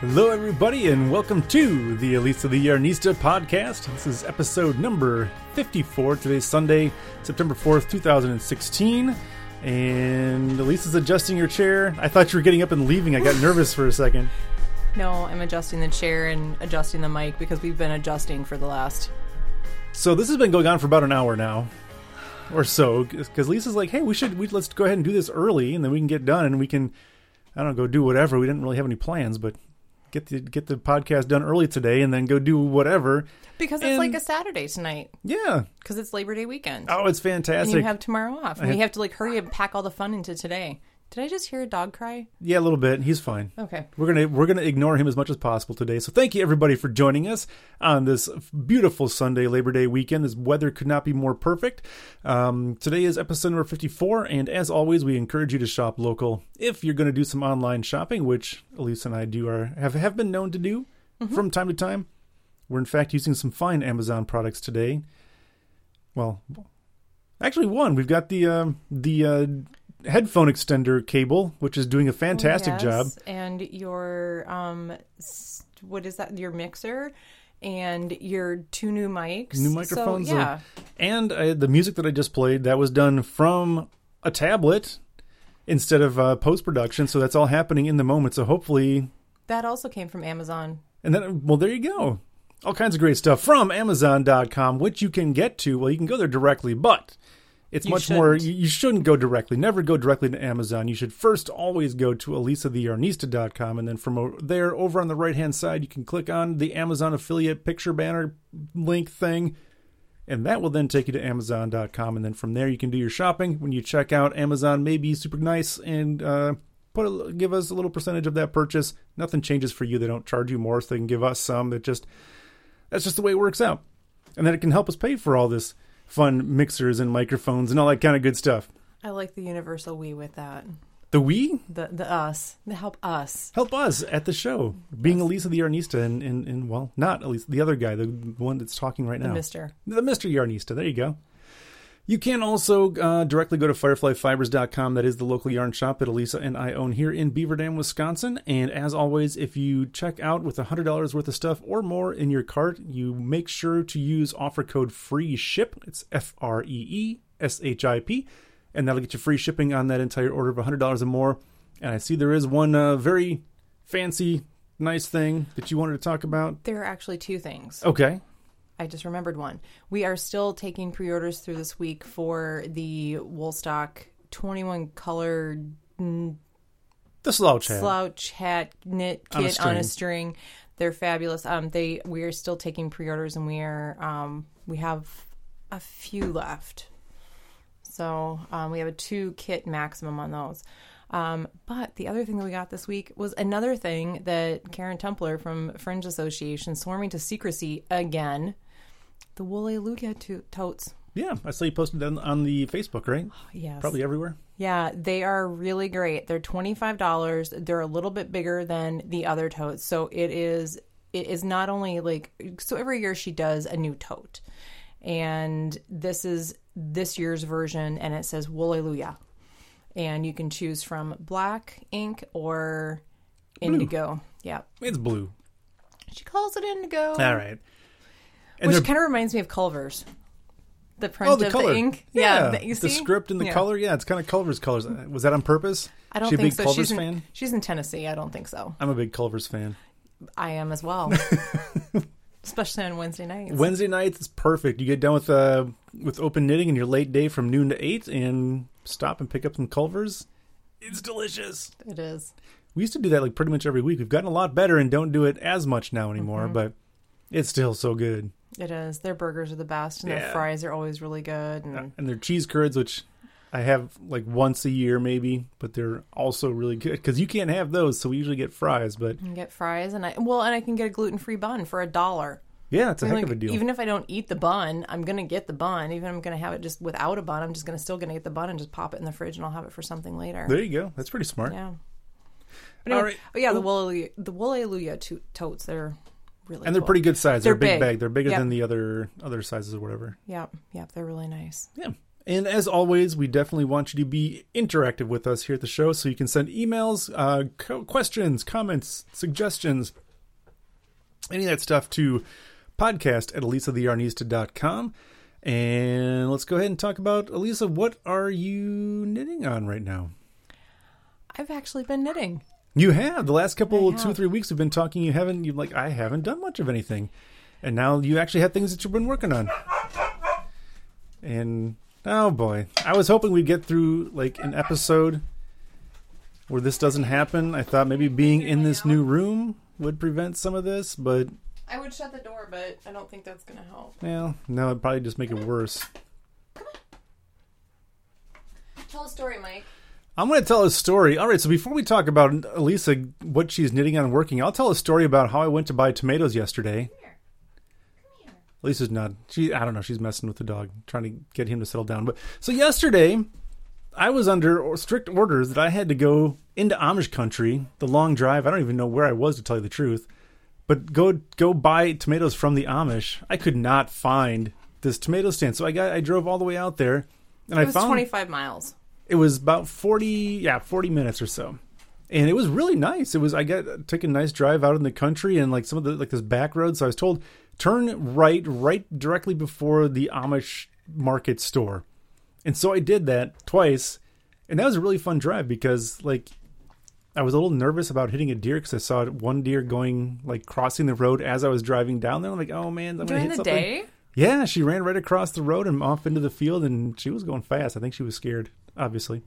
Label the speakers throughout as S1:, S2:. S1: Hello, everybody, and welcome to the Elisa the Yarnista podcast. This is episode number 54. Today's Sunday, September 4th, 2016. And Elisa's adjusting your chair. I thought you were getting up and leaving. I got nervous for a second.
S2: No, I'm adjusting the chair and adjusting the mic because we've been adjusting for the last.
S1: So this has been going on for about an hour now, or so, because Lisa's like, "Hey, we should we, let's go ahead and do this early, and then we can get done, and we can, I don't know, go do whatever. We didn't really have any plans, but get the get the podcast done early today, and then go do whatever.
S2: Because it's
S1: And-
S2: like a Saturday tonight
S1: Yeah.
S2: because it's Labor Day weekend.
S1: Oh, it's
S2: and
S1: fantastic.
S2: you have tomorrow off. And we have to like hurry and pack all the fun into today. Did I just hear a dog cry?
S1: yeah, a little bit. He's fine.
S2: Okay.
S1: We're gonna we're gonna ignore him as much as possible today. So thank you everybody for joining us on this beautiful Sunday Labor Day weekend. This weather could not be more perfect. Um, today is episode number fifty four, and as always, we encourage you to shop local if you're gonna do some online shopping, which Elise and I do are have have been known to do from time to time. We're in fact using some fine Amazon products today. Well, actually, one we've got the um, the uh, headphone extender cable, which is doing a fantastic
S2: Yes,
S1: job.
S2: And your um, s- what is that? Your mixer and your two new mics.
S1: new
S2: So,
S1: microphones and-
S2: yeah.
S1: and I, the music that i just played that was done from a tablet instead of uh, post-production so that's all happening in the moment so hopefully
S2: That also came from Amazon.
S1: and then well there you go all kinds of great stuff from amazon.com which you can get to well you can go there directly but it's
S2: You
S1: much more
S2: shouldn't.
S1: you, you shouldn't go directly never go directly to amazon you should first always go to elisatheyarnista.com and then from o- there over on the right hand side you can click on the amazon affiliate picture banner link thing and that will then take you to amazon.com and then from there you can do your shopping when you check out amazon may be super nice and uh, put a, give us a little percentage of that purchase nothing changes for you they don't charge you more so they can give us some that just that's just the way it works out and then it can help us pay for all this fun mixers and microphones and all that kind of good stuff
S2: I like the universal we with that.
S1: the we
S2: The the us. The help us.
S1: help us at the show being elisa the yarnista and, and, and well not elisa the other guy the one that's talking right
S2: The
S1: now
S2: mister.
S1: The Mr. Yarnista. There you go. You can also uh, directly go to fireflyfibers.com. That is the local yarn shop that Elisa and I own here in Beaver Dam, Wisconsin. And as always, if you check out with $100 worth of stuff or more in your cart, you make sure to use offer code FREE SHIP. It's F R E E S H I P. And that'll get you free shipping on that entire order of $100 or more. And I see there is one uh, very fancy, nice thing that you wanted to talk about.
S2: There are actually two things.
S1: Okay.
S2: I just remembered one. We are still taking pre-orders through this week for the Woolstock 21 color
S1: The slouch hat.
S2: slouch hat knit
S1: On a
S2: kit on a string. They're fabulous. Um, they we are still taking pre-orders and we are um, we have a few left. So um, we have a two kit maximum on those. Um, but the other thing that we got this week was another thing that Karen Templer from Fringe Association swarming to secrecy again. The woolly lugia to- totes.
S1: Yeah, I saw you posted them on the Facebook, right?
S2: Oh, Yes.
S1: Probably everywhere.
S2: Yeah, they are really great. They're $25. They're a little bit bigger than the other totes. So it is it is not only like so every year she does a new tote. And this is this year's version and it says Hallelujah. And you can choose from black ink or indigo. Yeah.
S1: It's blue.
S2: She calls it indigo.
S1: All right. And
S2: Which
S1: they're
S2: kind of reminds me of Culver's. The print
S1: oh the
S2: of
S1: color
S2: the ink.
S1: Yeah,
S2: that you
S1: the
S2: see?
S1: script and the
S2: Yeah.
S1: color. Yeah, it's kind of Culver's colors. Uh, Was that on purpose?
S2: I don't
S1: she a
S2: think
S1: big
S2: so.
S1: Culver's
S2: she's in,
S1: fan.
S2: she's in Tennessee. I don't think so.
S1: I'm a big Culver's fan.
S2: I am as well. Especially on Wednesday nights.
S1: Wednesday nights is perfect. You get done with uh with open knitting in your late day from noon to eight, and stop and pick up some Culver's. It's delicious.
S2: It is.
S1: We used to do that like pretty much every week. We've gotten a lot better and don't do it as much now anymore,
S2: Mm-hmm.
S1: but it's still so good.
S2: It is. Their burgers are the best and
S1: Yeah.
S2: their fries are always really good. And
S1: and their cheese curds, which I have like once a year maybe, but they're also really good because you can't have those, so we usually get fries. But
S2: you can get fries and I well and I can get a gluten free bun for a dollar.
S1: yeah, it's a heck
S2: Like,
S1: of a deal.
S2: Even if I don't eat the bun, I'm gonna get the bun. Even if I'm gonna have it just without a bun, I'm just gonna still gonna get the bun and just pop it in the fridge and I'll have it for something later.
S1: there you go. That's pretty smart.
S2: yeah. But
S1: All
S2: anyway,
S1: right.
S2: oh yeah, the woolly the woolly to- totes, they're really
S1: And they're
S2: cool.
S1: pretty good size. They're,
S2: They're
S1: big,
S2: big.
S1: bag. They're bigger
S2: Yep.
S1: than the other other sizes or whatever.
S2: Yep, yep, they're really nice.
S1: Yeah. And as always, we definitely want you to be interactive with us here at the show, so you can send emails, uh, co- questions, comments, suggestions, any of that stuff to podcast at elisathearnista.com. And let's go ahead and talk about Elisa. What are you knitting on right now?
S2: I've actually been knitting.
S1: You have the last couple
S2: I
S1: two
S2: have.
S1: three weeks. We've been talking. You haven't. You like I haven't done much of anything, and now you actually have things that you've been working on. And oh boy, I was hoping we'd get through like an episode where this doesn't happen. I thought maybe being in this new room would prevent some of this, but
S2: I would shut the door, but I don't think that's going to help.
S1: well, no, it'd probably just make it worse.
S2: Tell a story, Mike.
S1: I'm going to tell a story. All right, so before we talk about Elisa, what she's knitting on and working, I'll tell a story about how I went to buy tomatoes yesterday. Lisa's not. She, I don't know. She's messing with the dog, trying to get him to settle down. But so yesterday, I was under or- strict orders that I had to go into Amish country, the long drive. I don't even know where I was to tell you the truth, but go go buy tomatoes from the Amish. I could not find this tomato stand, so I got I drove all the way out there, and
S2: It
S1: I
S2: was
S1: found
S2: 25 miles.
S1: it was about 40 yeah 40 minutes or so and it was really nice it was i got took a nice drive out in the country and like some of the like this back road so i was told turn right right directly before the amish market store and so i did that twice and that was a really fun drive because like i was a little nervous about hitting a deer because i saw one deer going like crossing the road as i was driving down there i'm like oh man i'm
S2: During
S1: gonna hit
S2: the
S1: something
S2: day?
S1: yeah, she ran right across the road and off into the field, and she was going fast. I think she was scared, obviously.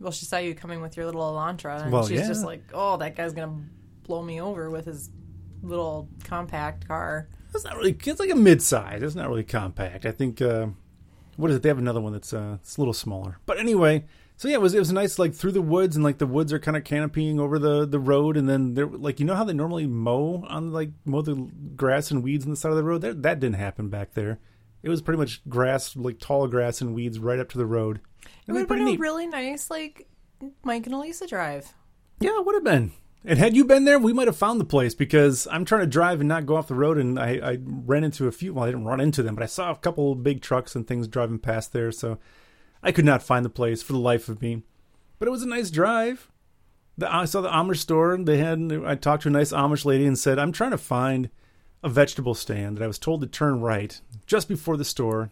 S2: Well, she saw you coming with your little Elantra, and
S1: Well,
S2: she's
S1: yeah.
S2: just like, oh, that guy's going to blow me over with his little compact car.
S1: It's not really. It's like a midsize. It's not really compact. I think. Uh, what is it? They have another one that's uh, it's a little smaller. But anyway, so yeah, it was it was nice. Like through the woods, and like the woods are kind of canopying over the the road, and then there like you know how they normally mow on like mow the grass and weeds on the side of the road. There, that didn't happen back there. It was pretty much grass, like tall grass and weeds, right up to the road.
S2: It
S1: was
S2: would have
S1: pretty
S2: been
S1: neat.
S2: a really nice, like, Mike and Elisa drive.
S1: Yeah, it would have been. And had you been there, we might have found the place because I'm trying to drive and not go off the road. And I, I ran into a few. Well, I didn't run into them, but I saw a couple big trucks and things driving past there. So I could not find the place for the life of me. But it was a nice drive. The, I saw the Amish store. They had. I talked to a nice Amish lady and said, "I'm trying to find a vegetable stand that I was told to turn right just before the store."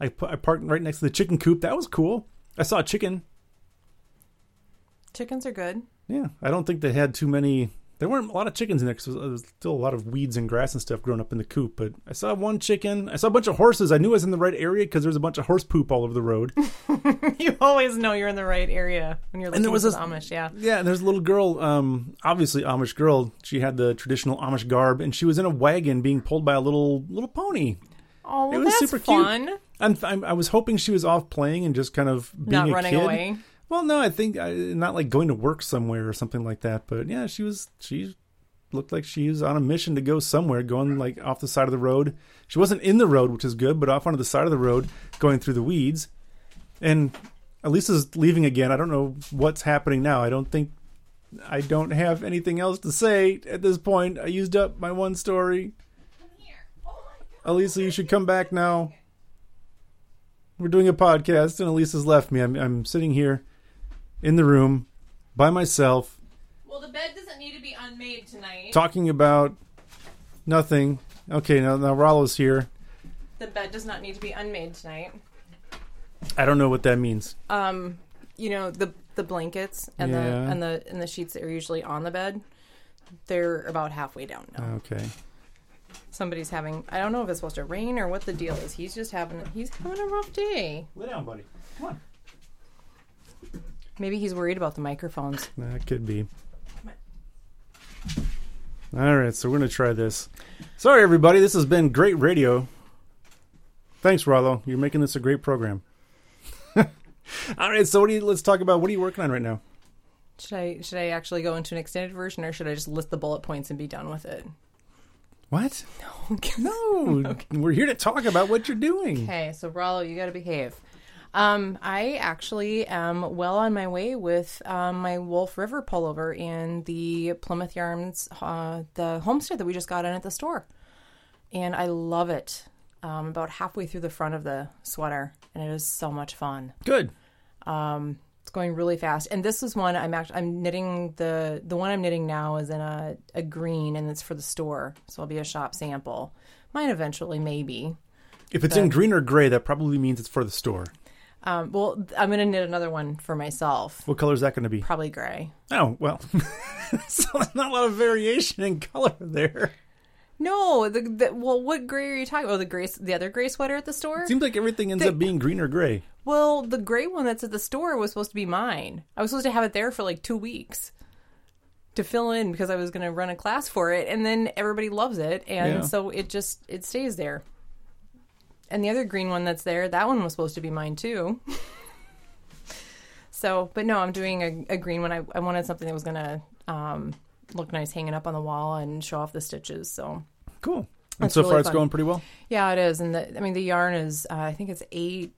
S1: I, pu- I parked right next to the chicken coop. That was cool. I saw a chicken.
S2: Chickens are good.
S1: Yeah, I don't think they had too many. There weren't a lot of chickens in there because there was still a lot of weeds and grass and stuff growing up in the coop. But I saw one chicken. I saw a bunch of horses. I knew I was in the right area because there was a bunch of horse poop all over the road.
S2: you always know you're in the right area when you're looking
S1: there was
S2: for
S1: this-
S2: the Amish, yeah.
S1: yeah, and there's a little girl, um, obviously Amish girl. She had the traditional Amish garb, and she was in a wagon being pulled by a little little pony.
S2: Oh,
S1: It
S2: well,
S1: was
S2: that's
S1: super cute.
S2: fun.
S1: I'm, I'm, I was hoping she was off playing and just kind of being
S2: Not
S1: a
S2: running
S1: kid.
S2: away.
S1: Well, no, I think I, not like going to work somewhere or something like that. But yeah, she was she looked like she was on a mission to go somewhere, going like off the side of the road. She wasn't in the road, which is good, but off onto the side of the road, going through the weeds. And Elisa's leaving again. I don't know what's happening now. I don't think I don't have anything else to say at this point. I used up my one story. Elisa, you should come back now. We're doing a podcast, and Elisa's left me. I'm, I'm sitting here in the room by myself
S2: Well, the bed doesn't need to be unmade tonight.
S1: talking about nothing. Okay, now, now Rollo's here.
S2: The bed does not need to be unmade tonight.
S1: I don't know what that means.
S2: Um, you know the the blankets and
S1: Yeah.
S2: the and the and the sheets that are usually on the bed. They're about halfway down now.
S1: Okay.
S2: Somebody's having I don't know if it's supposed to rain or what the deal is. He's just having he's having a rough day.
S1: Lay down, buddy. Come on.
S2: Maybe he's worried about the microphones.
S1: That could be. All right, so we're going to try this. Sorry, everybody. This has been great radio. Thanks, Rollo. You're making this a great program. All right, so what do you, let's talk about what are you working on right now?
S2: Should I should I actually go into an extended version or should I just list the bullet points and be done with it?
S1: What? No, we're here to talk about what you're doing.
S2: Okay, so Rollo, you got to behave. Um, I actually am well on my way with um, my Wolf River pullover in the Plymouth Yarns, uh, the homestead that we just got in at the store, and I love it. um, about halfway through the front of the sweater, and it is so much fun. Um,
S1: Good.
S2: It's going really fast. And this is one I'm actually I'm knitting the the one I'm knitting now is in a, a green, and it's for the store, so it'll be a shop sample. Mine eventually, maybe.
S1: If it's in green or gray, that probably means it's for the store.
S2: Um, well, th- I'm gonna knit another one for myself,
S1: What color is that going to be?
S2: probably gray.
S1: Oh, well. so there's not a lot of variation in color there.
S2: No, the, the well, what gray are you talking? Oh, the gray, the other gray sweater at the store.
S1: It seems like everything ends
S2: They-
S1: up being green or gray.
S2: Well, the gray one that's at the store was supposed to be mine. I was supposed to have it there for like two weeks to fill in because I was going to run a class for it, and then everybody loves it, and
S1: Yeah.
S2: so it just it stays there. And the other green one that's there, that one was supposed to be mine too. so, but no, I'm doing a, a green one. I, I wanted something that was going to um, look nice hanging up on the wall and show off the stitches. So,
S1: Cool. And
S2: That's
S1: so
S2: really
S1: far, it's
S2: fun.
S1: going pretty well.
S2: yeah, it is, and the, I mean the yarn is uh, I think it's eight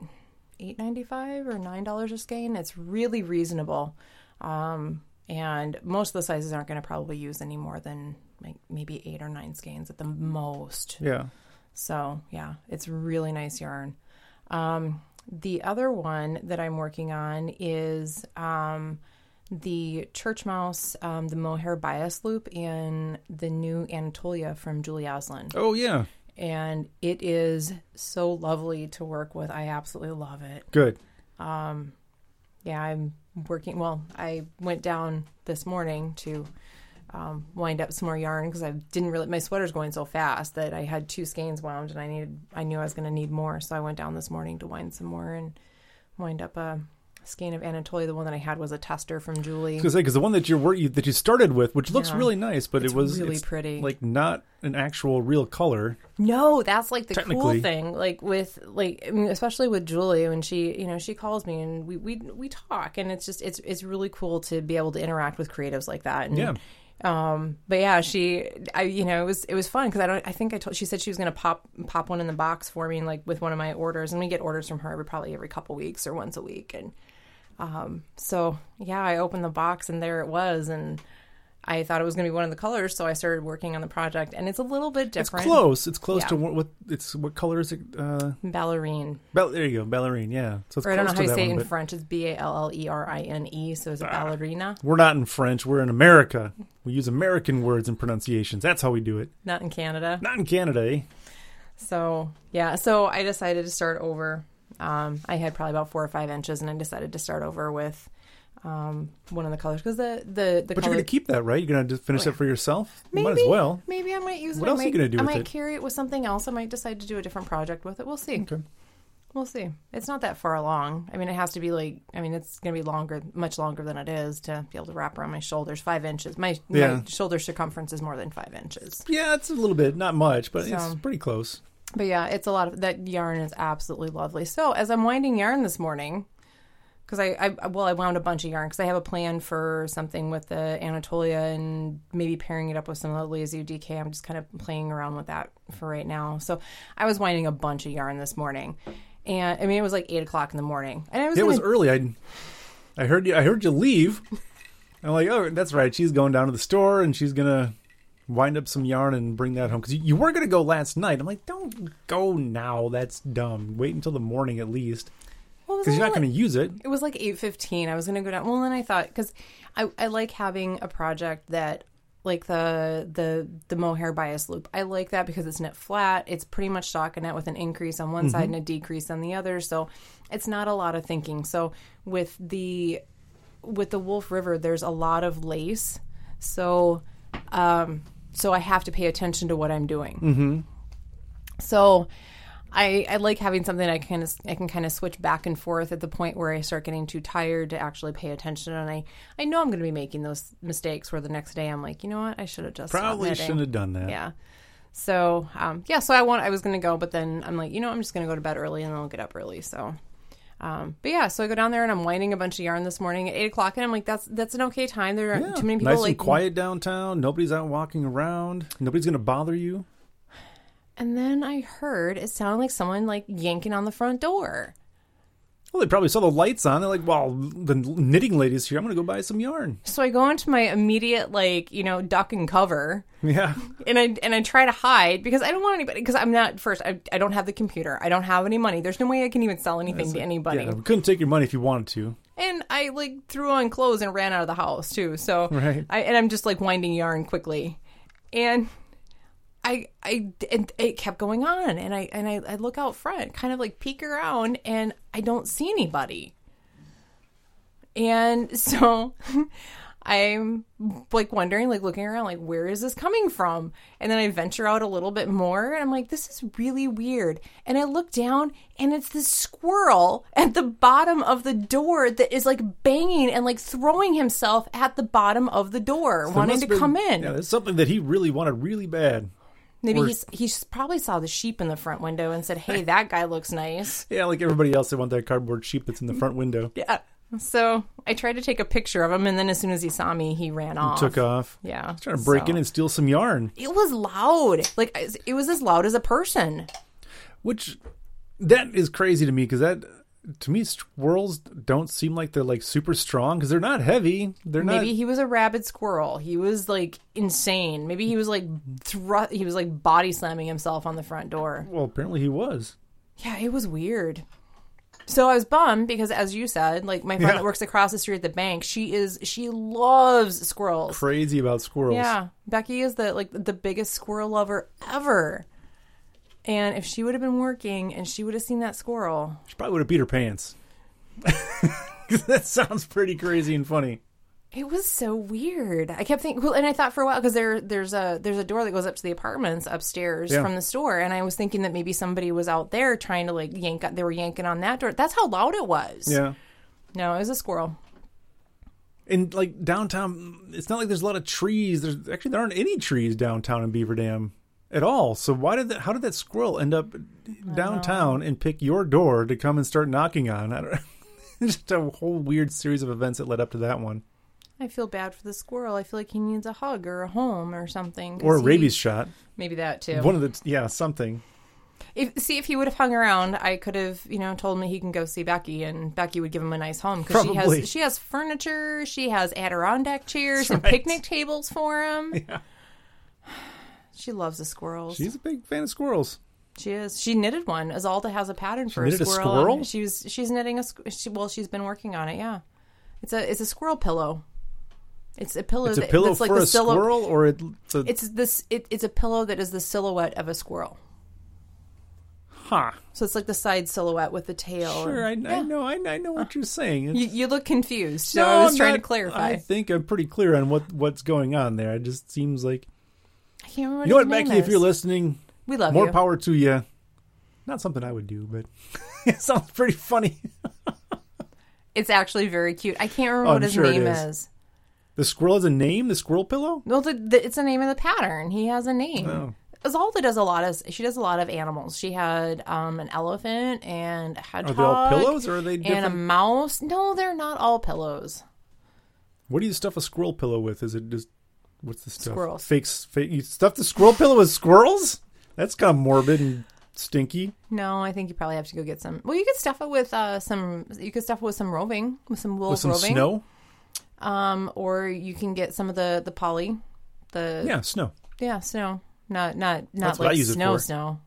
S2: eight ninety five or nine dollars a skein. It's really reasonable, um, and most of the sizes aren't going to probably use any more than like maybe eight or nine skeins at the most.
S1: Yeah.
S2: So yeah, it's really nice yarn. Um, the other one that I'm working on is um, the church mouse, um, the mohair bias loop, and the new Anatolia from Julie Oslin
S1: Oh, yeah.
S2: and it is so lovely to work with. I absolutely love it.
S1: Good.
S2: Yeah, I'm working. Well, I went down this morning to um, wind up some more yarn because I didn't really. My sweater's going so fast that I had two skeins wound, and I needed. I knew I was going to need more, so I went down this morning to wind some more and wind up a skein of Anatolia. The one that I had was a tester from Julie.
S1: I was gonna say because the one that you're wor- you, that you started with, which looks
S2: Yeah.
S1: really nice, but
S2: It's
S1: it was
S2: really
S1: it's,
S2: pretty.
S1: like not an actual real color.
S2: No, that's like the cool
S1: Technically.
S2: thing. Like with like I mean, especially with Julie when she you know she calls me and we we we talk and it's just it's it's really cool to be able to interact with creatives like that. And,
S1: Yeah.
S2: Um. But yeah, she I you know it was it was fun because I don't I think I told she said she was gonna pop pop one in the box for me like with one of my orders and we get orders from her every probably every couple weeks or once a week and um so yeah I opened the box and there it was and. I thought it was going to be one of the colors, so I started working on the project, and it's a little
S1: It's
S2: bit different.
S1: close. It's close
S2: Yeah.
S1: to what, what it's what color is it? Uh,
S2: Ballerine.
S1: ball- there you go, ballerine. Yeah. So it's
S2: Or
S1: close
S2: I don't know how
S1: to
S2: you
S1: that
S2: say it
S1: one,
S2: in
S1: but Ah.
S2: French. It's B A L L E R I N E. So it's a ballerina.
S1: we're not in French. We're in America. We use American words and pronunciations. That's how we do it.
S2: Not in Canada.
S1: Not in Canada. Eh?
S2: So yeah. So I decided to start over. Um, I had probably about four or five inches, and I decided to start over with um, one of the colors because the the the
S1: But you're
S2: color.
S1: gonna keep that, right? You're gonna just finish
S2: Oh,
S1: it for yourself. You Might
S2: Maybe.
S1: as well.
S2: Maybe I might use it.
S1: What
S2: I
S1: else are you
S2: might-
S1: gonna do
S2: I
S1: with
S2: might
S1: it?
S2: carry it with something else. I might decide to do a different project with it. We'll see.
S1: Okay.
S2: We'll see. It's not that far along. I mean, it has to be like. I mean, it's going to be longer, much longer than it is to be able to wrap around my shoulders. Five inches. My,
S1: Yeah.
S2: my shoulder circumference is more than five inches.
S1: Yeah, it's a little bit, not much, but
S2: So-
S1: it's pretty close.
S2: But yeah, it's a lot of that yarn is absolutely lovely. So as I'm winding yarn this morning, because I, I well I wound a bunch of yarn because I have a plan for something with the Anatolia and maybe pairing it up with some of the Lazy DK. I'm just kind of playing around with that for right now. So I was winding a bunch of yarn this morning, and I mean it was like eight o'clock in the morning, and I was
S1: It
S2: gonna-
S1: was early. I, I heard you. I heard you leave. I'm like, oh, that's right. She's going down to the store and she's gonna wind up some yarn and bring that home because you, you were gonna go last night. I'm like, don't go now. That's dumb. Wait until the morning at least
S2: Well, it was
S1: because you're
S2: only
S1: not gonna use it.
S2: It was like eight fifteen. I was gonna go down. Well, then I thought because I, I like having a project that like the the the mohair bias loop. I like that because it's knit flat. It's pretty much stockinette knit with an increase on one side and a decrease on the other. So it's not a lot of thinking. So with the with the Wolf River, there's a lot of lace. So um, so I have to pay attention to what I'm doing.
S1: Mm-hmm.
S2: So I, I like having something I can I can kind of switch back and forth at the point where I start getting too tired to actually pay attention, and I I know I'm going to be making those mistakes where the next day I'm like, you know what, I should have just stopped
S1: Probably
S2: knitting."
S1: shouldn't have done that.
S2: Yeah. So um, yeah, so I want I was going to go, but then I'm like, you know, I'm just going to go to bed early and then I'll get up early. So. Um, but yeah, so I go down there and I'm winding a bunch of yarn this morning at eight o'clock, and I'm like, "That's that's an okay time. There aren't
S1: Yeah.
S2: too many people
S1: nice
S2: like
S1: and quiet downtown. Nobody's out walking around. Nobody's gonna bother you.
S2: And then I heard it sounded like someone like yanking on the front door.
S1: Well, they probably saw the lights on. They're like, well, the knitting lady's here. I'm going to go buy some yarn.
S2: So I go into my immediate like you know duck and cover,
S1: Yeah.
S2: and I and I try to hide because I don't want anybody because I'm not first. I, I don't have the computer. I don't have any money. There's no way I can even sell anything to anybody.
S1: Yeah, we couldn't take your money if you wanted to.
S2: And I like threw on clothes and ran out of the house too. So
S1: Right.
S2: I and I'm just like winding yarn quickly, and I I and it kept going on, and I and I, I look out front, kind of like peek around, and I don't see anybody. And so I'm like wondering, like looking around, like where is this coming from? And then I venture out a little bit more and I'm like, this is really weird. And I look down and it's this squirrel at the bottom of the door that is like banging and like throwing himself at the bottom of the door,
S1: There
S2: wanting
S1: must
S2: to
S1: have
S2: come
S1: been-
S2: in.
S1: Yeah, that's something that he really wanted really bad.
S2: Maybe he's, he s- probably saw the sheep in the front window and said, hey, that guy looks nice.
S1: Yeah, like everybody else, they want that cardboard sheep that's in the front window.
S2: Yeah. So I tried to take a picture of him, and then as soon as he saw me, he ran off.
S1: Took off.
S2: Yeah.
S1: He's trying to break
S2: so-
S1: in and steal some yarn,
S2: It was loud. Like I- it was as loud as a person.
S1: which that is crazy to me because that. To me, squirrels don't seem like they're like super strong because they're not heavy. They're not.
S2: Maybe he was a rabid squirrel. He was like insane. Maybe he was like thru- he was like body slamming himself on the front door.
S1: Well, apparently he was.
S2: Yeah, it was weird. So I was bummed because as you said, like my friend
S1: Yeah.
S2: that works across the street at the bank, she is she loves squirrels.
S1: Crazy about squirrels.
S2: Yeah, Becky is the like the biggest squirrel lover ever. And if she would have been working and she would have seen that squirrel,
S1: She probably would have beat her pants. 'Cause that sounds pretty crazy and funny.
S2: It was so weird. I kept thinking, well, and I thought for a while because there, there's a there's a door that goes up to the apartments upstairs
S1: Yeah.
S2: from the store, and I was thinking that maybe somebody was out there trying to like yank. They were yanking on that door. That's how loud it was.
S1: Yeah.
S2: No, it was a squirrel.
S1: And like downtown, it's not like there's a lot of trees. There's actually there aren't any trees downtown in Beaver Dam at all. So why did that? How did that squirrel end up downtown and pick your door to come and start knocking on? I don't. Just a whole weird series of events that led up to that one,
S2: I feel bad for the squirrel. I feel like he needs a hug or a home or something. 'cause
S1: or a
S2: he-
S1: rabies shot.
S2: Maybe that too.
S1: One of the yeah something.
S2: If, see, if he would have hung around, I could have, you know, told him he can go see Becky, and Becky would give him a nice home because she
S1: Probably.
S2: has she has furniture, she has Adirondack chairs and
S1: right.
S2: picnic tables for him. She loves the squirrels.
S1: She's a big fan of squirrels.
S2: she is. She knitted one. Azalda has a pattern for
S1: knitted a
S2: a squirrel.
S1: squirrel?
S2: She was. She's knitting a. squ- She, well, she's been working on it. Yeah, it's a. It's a squirrel pillow. It's a pillow.
S1: It's a
S2: that-
S1: pillow
S2: that's like
S1: for
S2: the
S1: a
S2: silhou-
S1: squirrel, or it, it's a
S2: It's this. It, it's a pillow that is the silhouette of a squirrel.
S1: huh.
S2: So it's like the side silhouette with the tail.
S1: Sure, I, I know, I, I know what you're saying. It's-
S2: You, you look confused. So I was
S1: I'm
S2: trying
S1: not-
S2: to clarify.
S1: I think I'm pretty clear on what what's going on there. It just seems like
S2: I can't remember.
S1: you know
S2: his
S1: what,
S2: name
S1: Becky. If
S2: is.
S1: you're listening,
S2: we love
S1: more
S2: you.
S1: power to you. Not something I would do, but it sounds pretty funny.
S2: It's actually very cute. I can't remember
S1: Oh, I'm
S2: what his
S1: sure it
S2: name
S1: is.
S2: is.
S1: The squirrel has a name. The squirrel pillow.
S2: Well, the, the, it's the name of the pattern. He has a name.
S1: Oh.
S2: Azalda does a lot of. She does a lot of animals. She had um, an elephant and a
S1: Are
S2: hedgehog.
S1: they all pillows, or are they
S2: And
S1: different?
S2: a mouse. No, they're not all pillows.
S1: what do you stuff a squirrel pillow with? Is it just what's the stuff?
S2: Squirrels.
S1: Fake, s- fake. You stuff the squirrel pillow with squirrels? That's kind of morbid and stinky.
S2: No, I think you probably have to go get some. Well, you could stuff it with uh, some. You could stuff it with some roving, with some wool
S1: With some
S2: roving.
S1: snow.
S2: Um, or you can get some of the the poly, the
S1: Yeah, snow.
S2: Yeah, snow. Not not not
S1: That's what
S2: like
S1: I use it
S2: snow
S1: for.
S2: snow.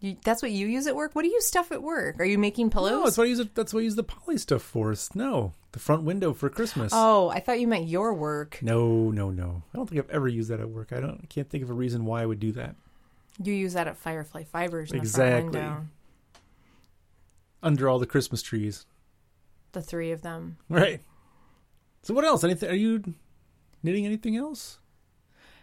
S2: You, that's what you use at work. What do you stuff at work? Are you making
S1: No,
S2: pillows?
S1: that's what I use. It, that's what I use the poly stuff for. Snow. The front window for Christmas.
S2: oh, I thought you meant your work.
S1: No, no, no. I don't think I've ever used that at work. I don't I can't think of a reason why I would do that.
S2: You use that at Firefly Fibers. In The,
S1: Exactly.
S2: front window.
S1: Under all the Christmas trees.
S2: the three of them.
S1: Right. So what else? Anything are you knitting anything else?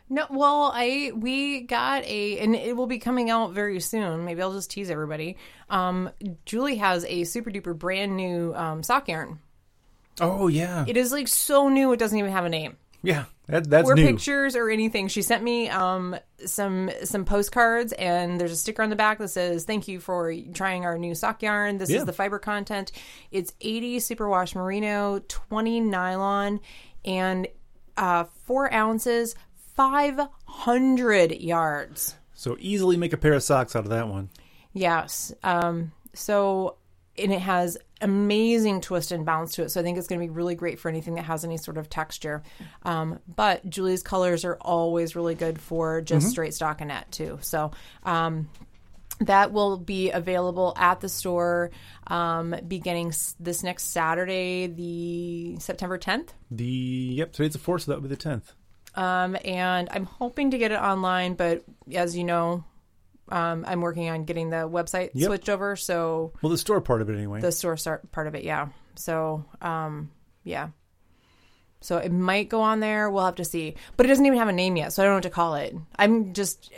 S2: No, well, I we got a, and it will be coming out very soon. Maybe I'll just tease everybody. Um, Julie has a super duper brand new um, sock yarn.
S1: Oh yeah.
S2: It is like so new; it doesn't even have a name.
S1: yeah. That that's
S2: or
S1: new.
S2: pictures or anything. She sent me um, some some postcards, and there's a sticker on the back that says, "Thank you for trying our new sock yarn. This
S1: Yeah.
S2: is the fiber content. It's 80 superwash merino, 20 nylon, and uh, four ounces, 500 yards.
S1: So easily make a pair of socks out of that one.
S2: Yes. Um, so, and it has amazing twist and bounce to it. So I think it's going to be really great for anything that has any sort of texture. Um, but Julie's colors are always really good for just straight stockinette too. So um, that will be available at the store um, beginning s- this next Saturday, the September 10th.
S1: The yep, today's the fourth, so that would be the tenth.
S2: Um, and I'm hoping to get it online, but as you know, um, I'm working on getting the website
S1: Yep.
S2: switched over. So
S1: Well, the store part of it anyway.
S2: the store start part of it yeah so um yeah so it might go on there we'll have to see but it doesn't even have a name yet so i don't know what to call it i'm just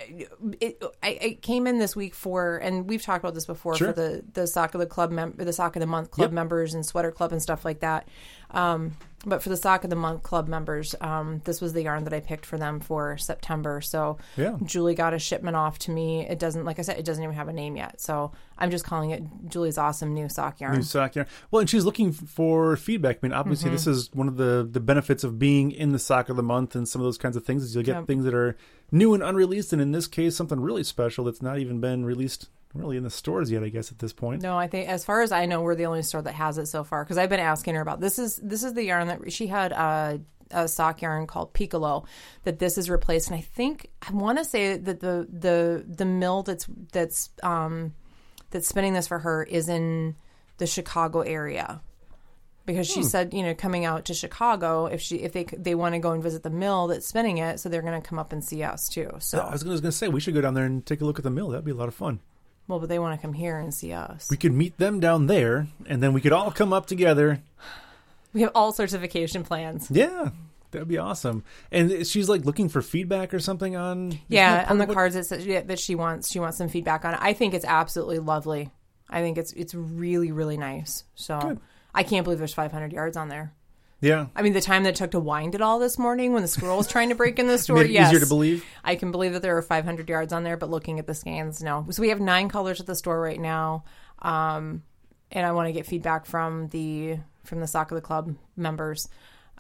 S2: it, I, it came in this week for and we've talked about this before
S1: Sure.
S2: for the the sock of the club mem- the sock of the month club
S1: Yep.
S2: members and sweater club and stuff like that um but for the sock of the month club members um this was the yarn that i picked for them for september so
S1: yeah.
S2: Julie got a shipment off to me. It doesn't, like I said, it doesn't even have a name yet. So I'm just calling it Julie's awesome new sock yarn.
S1: New sock yarn. Well, and she's looking for feedback. I mean, obviously, this is one of the the benefits of being in the sock of the month and some of those kinds of things is you'll get
S2: Yep.
S1: things that are new and unreleased, and in this case, something really special that's not even been released really in the stores yet. I guess at this point.
S2: No, I think as far as I know, we're the only store that has it so far because I've been asking her about this. Is this is the yarn that she had a, a sock yarn called Piccolo that this is replaced, and I think I want to say that the the the mill that's that's um that's spinning this for her is in the Chicago area. Because
S1: Hmm.
S2: she said, you know, coming out to Chicago, if she if they c- they want to go and visit the mill that's spinning it, so they're going to come up and see us too. So,
S1: Oh, I was gonna, I was gonna say we should go down there and take a look at the mill. That'd be a lot of fun.
S2: well, but they want to come here and see us.
S1: We could meet them down there, and then we could all come up together
S2: We have all sorts of vacation plans.
S1: Yeah, that'd be awesome. And she's like looking for feedback or something on. isn't that
S2: yeah
S1: part
S2: on
S1: of
S2: the
S1: what-
S2: cards it says yeah, that she wants she wants some feedback on it. i think it's absolutely lovely i think it's it's really really nice so
S1: Good.
S2: i can't believe there's 500 yards on there
S1: Yeah,
S2: i mean the time that it took to wind it all this morning when the squirrel was trying to break in the store
S1: made it
S2: yes
S1: easier to believe.
S2: i can believe that there are 500 yards on there but looking at the scans no so we have nine colors at the store right now um and i want to get feedback from the from the sock of the club members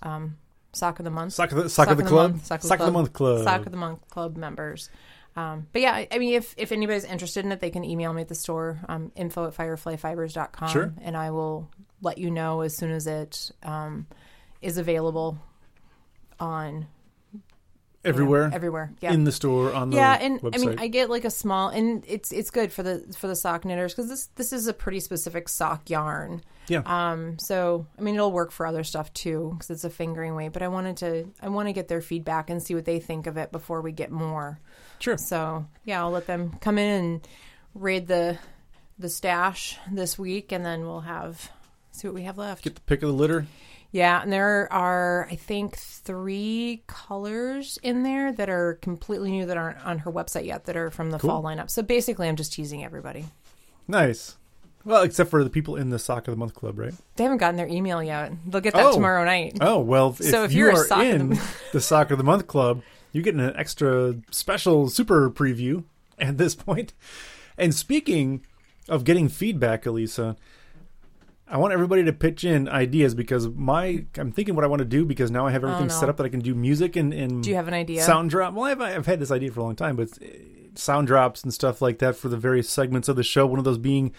S2: um sock of the month
S1: Sock of the, sock of the, club,
S2: Month,
S1: sock, of the month club.
S2: Sock of the Month Club members. Um, but yeah, I- I mean, if, if anybody's interested in it, they can email me at the store, um, info at fireflyfibers.com,
S1: Sure.
S2: and I will let you know as soon as it um, is available on you know,
S1: everywhere
S2: everywhere. Yeah.
S1: in the store on the
S2: yeah, and
S1: website.
S2: I mean, I get like a small, and it's it's good for the for the sock knitters because this this is a pretty specific sock yarn.
S1: yeah,
S2: Um, so I mean, it'll work for other stuff too because it's a fingering weight. But I wanted to, I want to get their feedback and see what they think of it before we get more.
S1: sure.
S2: So yeah, I'll let them come in and raid the the stash this week, and then we'll have see what we have left.
S1: Get the pick of the litter.
S2: Yeah, and there are I think three colors in there that are completely new that aren't on her website yet that are from the
S1: Cool.
S2: fall lineup. So basically, I'm just teasing everybody.
S1: Nice. Well, except for the people in the sock of the month club, right?
S2: They haven't gotten their email yet. They'll get that
S1: Oh.
S2: tomorrow night.
S1: Oh well, if,
S2: So if
S1: you
S2: you're a
S1: are
S2: sock of the
S1: in the... sock of the month club, you get an extra special super preview at this point. And speaking of getting feedback, Elisa, I want everybody to pitch in ideas because my I'm thinking what I want to do because now I have everything
S2: Oh, no.
S1: set up that I can do music and, and
S2: Do you have an idea?
S1: sound drop. Well, I've, I've had this idea for a long time, but it's, eh, sound drops and stuff like that for the various segments of the show. One of those being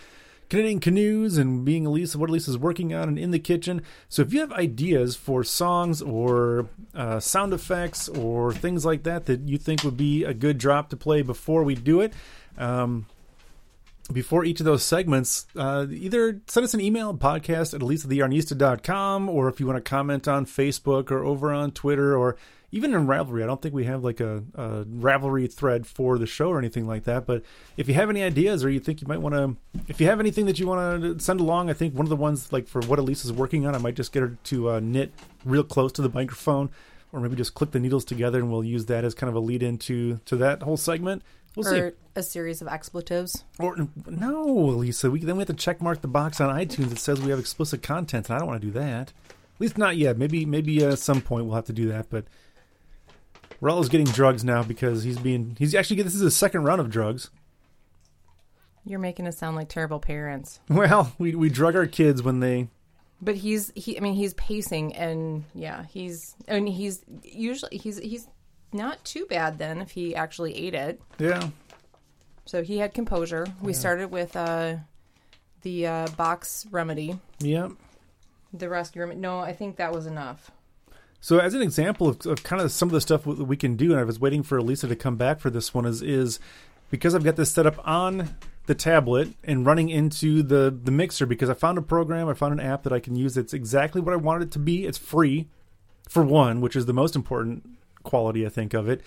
S1: Canadian canoes and being Elisa, what Elisa's working on and in the kitchen. So if you have ideas for songs or uh, sound effects or things like that that you think would be a good drop to play before we do it. Um, before each of those segments, uh, either send us an email, podcast at elisathearnista.com, or if you want to comment on Facebook or over on Twitter or even in Ravelry. I don't think we have like a, a Ravelry thread for the show or anything like that. But if you have any ideas or you think you might want to, if you have anything that you want to send along, I think one of the ones like for what Elisa's working on, I might just get her to uh, knit real close to the microphone or maybe just click the needles together and we'll use that as kind of a lead into to that whole segment. We'll see.
S2: or a series of expletives.
S1: Or no, Lisa. We then we have to check mark the box on iTunes that says we have explicit content, and I don't want to do that. At least not yet. Maybe maybe uh, at some point we'll have to do that. But Rello's getting drugs now because he's being he's actually this is his second round of drugs.
S2: You're making us sound like terrible parents.
S1: Well, we we drug our kids when they
S2: But he's he. I mean, he's pacing, and yeah, he's and he's usually he's he's not too bad then if he actually ate it.
S1: yeah
S2: So he had composure. We started with uh, the uh, box remedy,
S1: Yeah.
S2: the rescue remedy. No, I think that was enough.
S1: So as an example of, of kind of some of the stuff that we can do, and I was waiting for Elisa to come back for this one, is is because I've got this set up on the tablet and running into the the mixer because I found a program, I found an app that I can use. It's exactly what I wanted it to be. It's free, for one, which is the most important quality I think of it.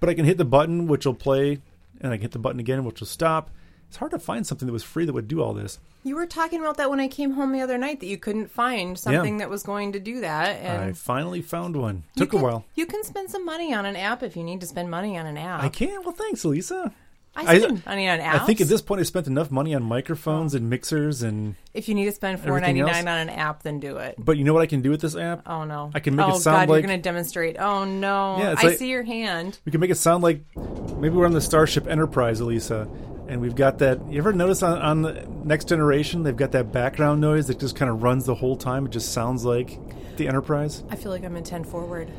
S1: But I can hit the button, which will play, and I can hit the button again, which will stop. It's hard to find something that was free that would do all this.
S2: You were talking about that when I came home the other night that you couldn't find something that was going to do that. And
S1: I finally found one.
S2: you
S1: Took a
S2: can-
S1: while.
S2: You can spend some money on an app if you need to spend money on an app.
S1: I can't. Well, thanks, Elisa.
S2: I spend money on apps.
S1: I think at this point I spent enough money on microphones
S2: Oh.
S1: and mixers and
S2: if you need to spend four
S1: Everything
S2: ninety
S1: else?
S2: nine on an app, then do it.
S1: but you know what I can do with this app?
S2: Oh no!
S1: I can make it
S2: oh,
S1: sound
S2: God,
S1: like-
S2: you're going to demonstrate. Oh no!
S1: Yeah, it's
S2: I
S1: like-
S2: see your hand.
S1: We can make it sound like maybe we're on the Starship Enterprise, Elisa, and we've got that you ever notice on, on the next generation they've got that background noise that just kind of runs the whole time. It just sounds like the Enterprise.
S2: I feel like I'm in ten forward.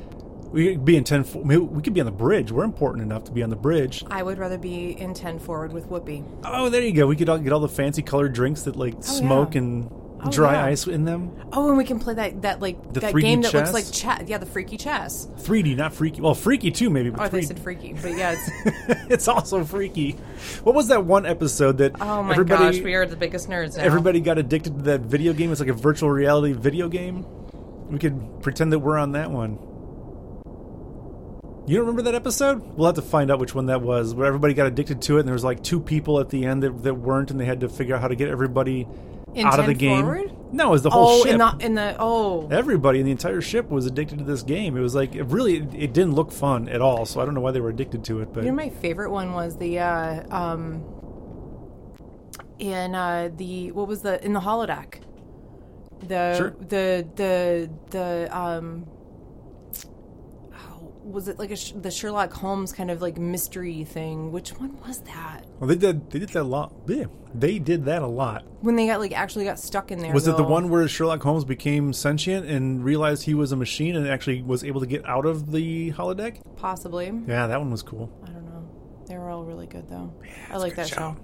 S1: We could be in ten fo- maybe we could be on the bridge. We're important enough to be on the bridge.
S2: I would rather be in ten forward with Whoopi.
S1: Oh, there you go. We could all get all the fancy colored drinks that like smoke and dry
S2: Oh, yeah.
S1: ice in them.
S2: Oh, and we can play that that like
S1: The
S2: that
S1: 3D
S2: game that
S1: chess?
S2: looks like chess. Yeah, the freaky chess.
S1: 3D, not freaky. Well, freaky too maybe, but
S2: Oh, I thought you
S1: 3D.
S2: said freaky, but yeah. It's,
S1: it's also freaky. What was that one episode that
S2: oh my
S1: everybody
S2: gosh, we are the biggest nerds now.
S1: everybody got addicted to that video game? It's like a virtual reality video game. We could pretend that we're on that one. You don't remember that episode? We'll have to find out which one that was. Where everybody got addicted to it, and there was like two people at the end that, that weren't, and they had to figure out how to get everybody
S2: In
S1: out of
S2: 10
S1: the game.
S2: forward?
S1: No, it was the whole
S2: oh,
S1: ship.
S2: in the in the oh,
S1: Everybody in the entire ship was addicted to this game. It was like it really it, it didn't look fun at all. So I don't know why they were addicted to it, but
S2: You know, my favorite one was the uh, um, in uh, the what was the in the holodeck, the
S1: Sure.
S2: the the the um, oh, was it like a sh- the Sherlock Holmes kind of like mystery thing? Which one was that?
S1: Well, they did. They did that a lot. Yeah, they did that a lot.
S2: When they got like actually got stuck in there?
S1: Was it the
S2: though.
S1: one where Sherlock Holmes became sentient and realized he was a machine and actually was able to get out of the holodeck?
S2: possibly?
S1: Yeah, that one was cool.
S2: I don't know. They were all really good though. I like
S1: good
S2: that
S1: show.
S2: show.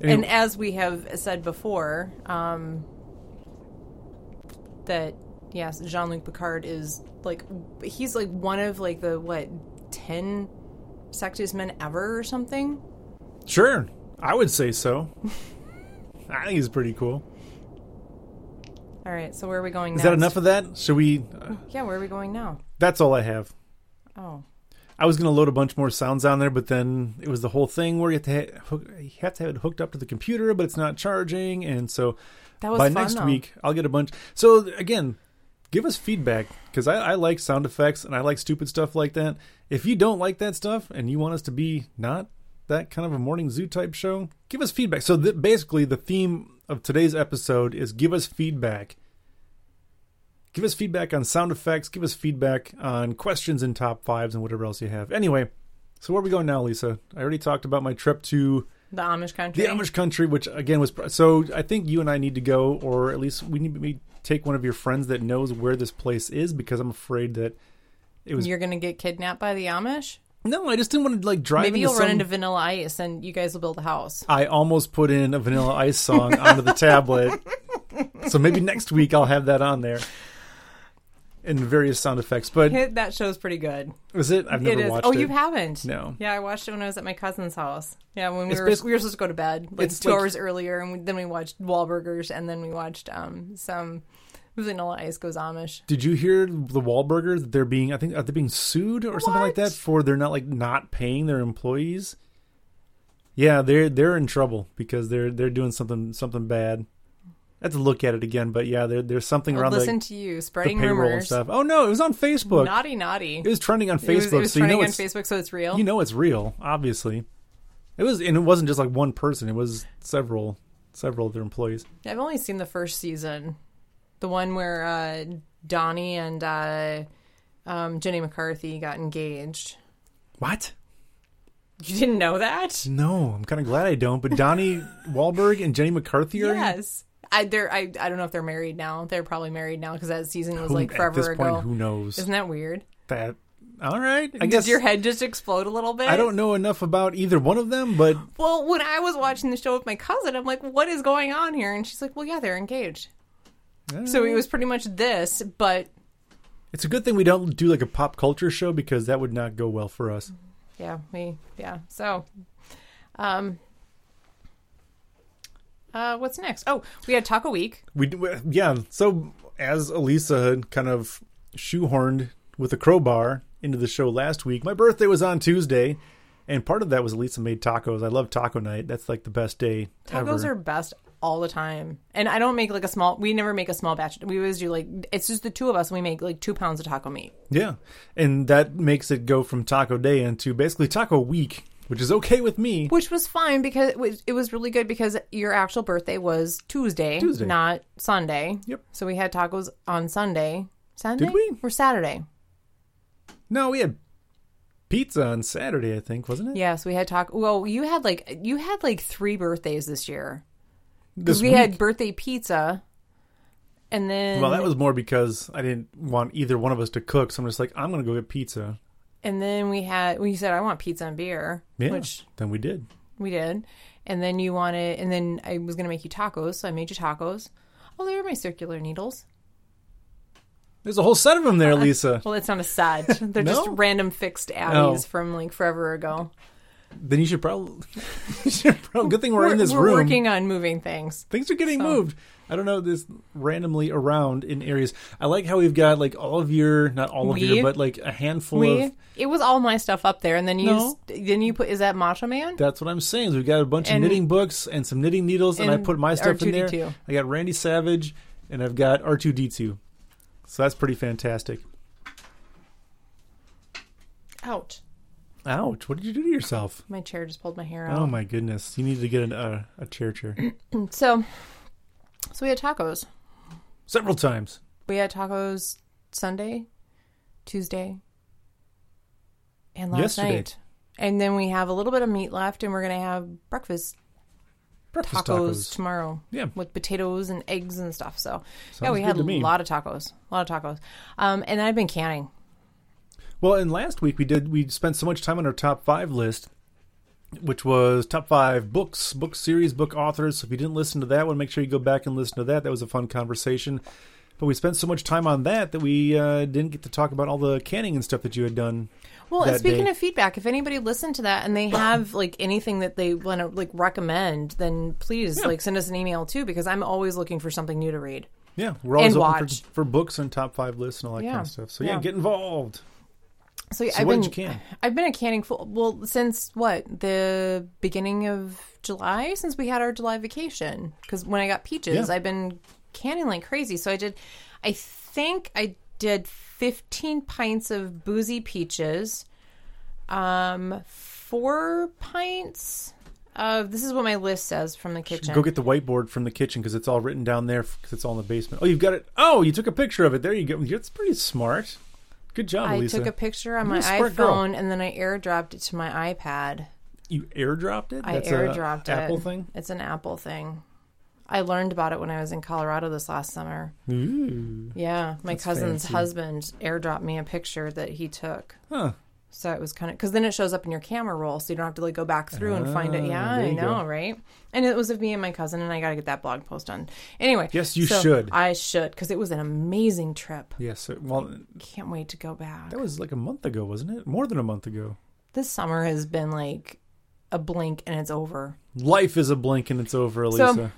S1: Anyway,
S2: And as we have said before, um, that yes, Jean Luc Picard is like he's like one of like the what ten sexiest men ever or something.
S1: sure, I would say so. I think he's pretty cool.
S2: All right, so where are we going?
S1: Is
S2: next?
S1: that enough of that? Should we? uh,
S2: Yeah, where are we going now?
S1: that's all I have.
S2: Oh,
S1: I was going to load a bunch more sounds on there, but then it was the whole thing where you have to ha- hook, you have to have it hooked up to the computer, but it's not charging, and so
S2: that was
S1: by
S2: fun,
S1: next
S2: though.
S1: week i'll get a bunch so again give us feedback because I, I like sound effects and i like stupid stuff like that if you don't like that stuff and you want us to be not that kind of a morning zoo type show give us feedback so th- basically the theme of today's episode is give us feedback give us feedback on sound effects give us feedback on questions and top fives and whatever else you have anyway so where are we going now lisa i already talked about my trip to
S2: the Amish country.
S1: the Amish country, which again was pr- so. I think you and I need to go, or at least we need to take one of your friends that knows where this place is, because I'm afraid that it was.
S2: You're gonna get kidnapped by the Amish.
S1: No, I just didn't want to like drive. into
S2: Maybe you'll
S1: some-
S2: run into Vanilla Ice, and you guys will build a house.
S1: I almost put in a Vanilla Ice song onto the tablet, so maybe next week I'll have that on there, and various sound effects. But
S2: that show's pretty good.
S1: is it? I've never
S2: it is.
S1: watched
S2: Oh,
S1: it.
S2: you haven't?
S1: No.
S2: Yeah, I watched it when I was at my cousin's house. Yeah, when we
S1: It's
S2: were
S1: basic-
S2: we were supposed to go to bed like
S1: It's
S2: two
S1: like-
S2: hours earlier, and we, then we watched Wahlburgers, and then we watched um some Vanilla Ice Goes Amish.
S1: Did you hear the Wahlburgers that they're being? I think are they being sued or something like
S2: What?
S1: that for they're not like not paying their employees. Yeah, they're they're in trouble because they're they're doing something something bad. I have to look at it again, but yeah, there, there's something around
S2: Oh, Listen
S1: the,
S2: to you
S1: the
S2: spreading
S1: payroll and
S2: rumors.
S1: stuff. Oh no, it was on Facebook.
S2: Naughty, naughty.
S1: it was trending on
S2: It
S1: Facebook,
S2: was, it was
S1: so you know
S2: trending on
S1: it's
S2: Facebook, so it's real.
S1: you know it's real, obviously. It was, and it wasn't just like one person; it was several several of their employees.
S2: I've only seen the first season, the one where uh, Donnie and uh, um, Jenny McCarthy got engaged.
S1: What?
S2: You didn't know that?
S1: No, I'm kind of glad I don't. But Donnie Wahlberg and Jenny McCarthy are
S2: Yes. I, they're, I, I don't know if they're married now. They're probably married now because that season was
S1: Who-
S2: like forever
S1: at this
S2: ago.
S1: point, who knows?
S2: Isn't that weird?
S1: that all right. I
S2: Did
S1: guess
S2: your head just explode a little bit?
S1: I don't know enough about either one of them, but
S2: Well, when I was watching the show with my cousin, I'm like, what is going on here? And she's like, well, yeah, they're engaged. So it was pretty much this, but
S1: it's a good thing we don't do like a pop culture show because that would not go well for
S2: Mm-hmm.
S1: us.
S2: yeah, we, yeah. So, um, uh, what's next? Oh, we had Taco Week.
S1: We do, yeah. So as Elisa had kind of shoehorned with a crowbar into the show last week, my birthday was on Tuesday, and part of that was Elisa made tacos. I love taco night. That's like the best day
S2: Tacos
S1: ever.
S2: are best all the time. And I don't make like a small, we never make a small batch. We always do like, it's just the two of us and we make like two pounds of taco meat.
S1: yeah, and that makes it go from Taco Day into basically Taco Week, which is okay with me.
S2: which was fine because it was, it was really good because your actual birthday was Tuesday,
S1: Tuesday.
S2: not Sunday.
S1: Yep.
S2: So we had tacos on Sunday. Sunday?
S1: Did we?
S2: Or Saturday.
S1: No, we had pizza on Saturday, I think, wasn't it?
S2: Yes, we had taco. Well, you had like you had like three birthdays this year.
S1: This
S2: we
S1: week.
S2: had birthday pizza, and then
S1: Well, that was more because I didn't want either one of us to cook, so I'm just like, I'm gonna go get pizza.
S2: and then we had. Well, you said I want pizza and beer,
S1: Yeah.
S2: which
S1: then we did.
S2: we did, and then you wanted, and then I was gonna make you tacos, so I made you tacos. Oh, they were my circular needles.
S1: There's a whole set of them there, Lisa.
S2: Well, it's not a set. They're
S1: No?
S2: just random fixed Abbeys
S1: Oh.
S2: from like forever ago.
S1: Then you should probably. you should probably good thing we're, in this
S2: we're
S1: room.
S2: working on moving things.
S1: Things are getting moved. I don't know this randomly around in areas. I like how we've got like all of your, not all of
S2: We?
S1: your, but like a handful
S2: We
S1: of.
S2: it was all my stuff up there, and then you
S1: No.
S2: s- then you put is that Macho Man?
S1: That's what I'm saying. is We've got a bunch
S2: And-
S1: of knitting books and some knitting needles, and, I
S2: and
S1: put my stuff in there.
S2: R2D2.
S1: I got Randy Savage, and I've got R2D2. So that's pretty fantastic.
S2: Ouch!
S1: Ouch! What did you do to yourself?
S2: My chair just pulled my hair
S1: Oh
S2: out.
S1: my goodness! You need to get an, uh, a chair chair
S2: So, so we had tacos.
S1: several times.
S2: We had tacos Sunday, Tuesday, and last
S1: Yesterday.
S2: night. And then we have a little bit of meat left, and we're gonna have breakfast
S1: Breakfast
S2: tacos,
S1: tacos.
S2: tomorrow.
S1: Yeah.
S2: with potatoes and eggs and stuff. So yeah,
S1: Sounds
S2: we
S1: good
S2: had a
S1: to me.
S2: lot of tacos, a lot of tacos. Um, and I've been canning.
S1: Well, and last week we did we spent so much time on our top five list, which was top five books, book series, book authors. So if you didn't listen to that one, make sure you go back and listen to that. That was a fun conversation. But we spent so much time on that that we uh, didn't get to talk about all the canning and stuff that you had done.
S2: Well, and
S1: that
S2: speaking
S1: day.
S2: of feedback, if anybody listened to that and they have like anything that they want to like recommend, then please
S1: Yeah.
S2: like send us an email too because I'm always looking for something new to read.
S1: Yeah, we're always
S2: And
S1: open
S2: watch.
S1: for, for books and top five lists and all that
S2: Yeah.
S1: kind of stuff. So yeah,
S2: Yeah.
S1: get involved.
S2: So, yeah,
S1: So
S2: I've
S1: what
S2: been
S1: did you can?
S2: I've been a canning full well since what the beginning of July since we had our July vacation because when I got peaches
S1: Yeah.
S2: I've been canning like crazy. So I did, I think I did fifteen pints of boozy peaches, um, four pints of this is what my list says from the kitchen.
S1: Go get the whiteboard from the kitchen because it's all written down there because it's all in the basement. Oh, you've got it. Oh, you took a picture of it. There you go. That's pretty smart. Good job,
S2: I
S1: Lisa.
S2: took a picture on
S1: You're
S2: my
S1: a smart girl.
S2: iPhone and then I airdropped it to my iPad.
S1: You airdropped it.
S2: I airdropped
S1: a
S2: it.
S1: Apple thing.
S2: It's an Apple thing. I learned about it when I was in Colorado this last summer.
S1: Ooh.
S2: Yeah, my cousin's
S1: fancy.
S2: husband airdropped me a picture that he took.
S1: Huh.
S2: So it was kind of because then it shows up in your camera roll, so you don't have to like go back through and find it.
S1: Ah,
S2: Yeah,
S1: there
S2: I
S1: you
S2: know,
S1: go.
S2: right? And it was of me and my cousin, and I got to get that blog post done. Anyway,
S1: Yes, you
S2: so
S1: should.
S2: I should because it was an amazing trip.
S1: Yes. it- Well,
S2: Can't wait to go back.
S1: that was like a month ago, wasn't it? More than a month ago.
S2: This summer has been like a blink and it's over.
S1: Life is a blink and it's over,
S2: So-
S1: Elisa.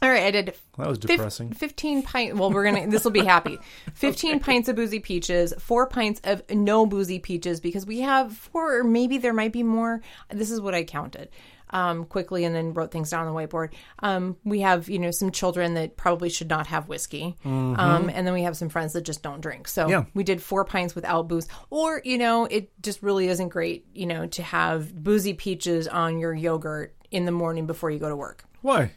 S2: All right, I did
S1: that was
S2: Fif-
S1: depressing.
S2: 15 pint well we're gonna this will be happy 15 pints of boozy peaches four pints of no boozy peaches because we have four or maybe there might be more this is what i counted um, quickly and then wrote things down on the whiteboard um, we have you know some children that probably should not have whiskey um, and then we have some friends that just don't drink so
S1: Mm-hmm. Yeah.
S2: we did four pints without booze or you know it just really isn't great you know to have boozy peaches on your yogurt in the morning before you go to work
S1: Why?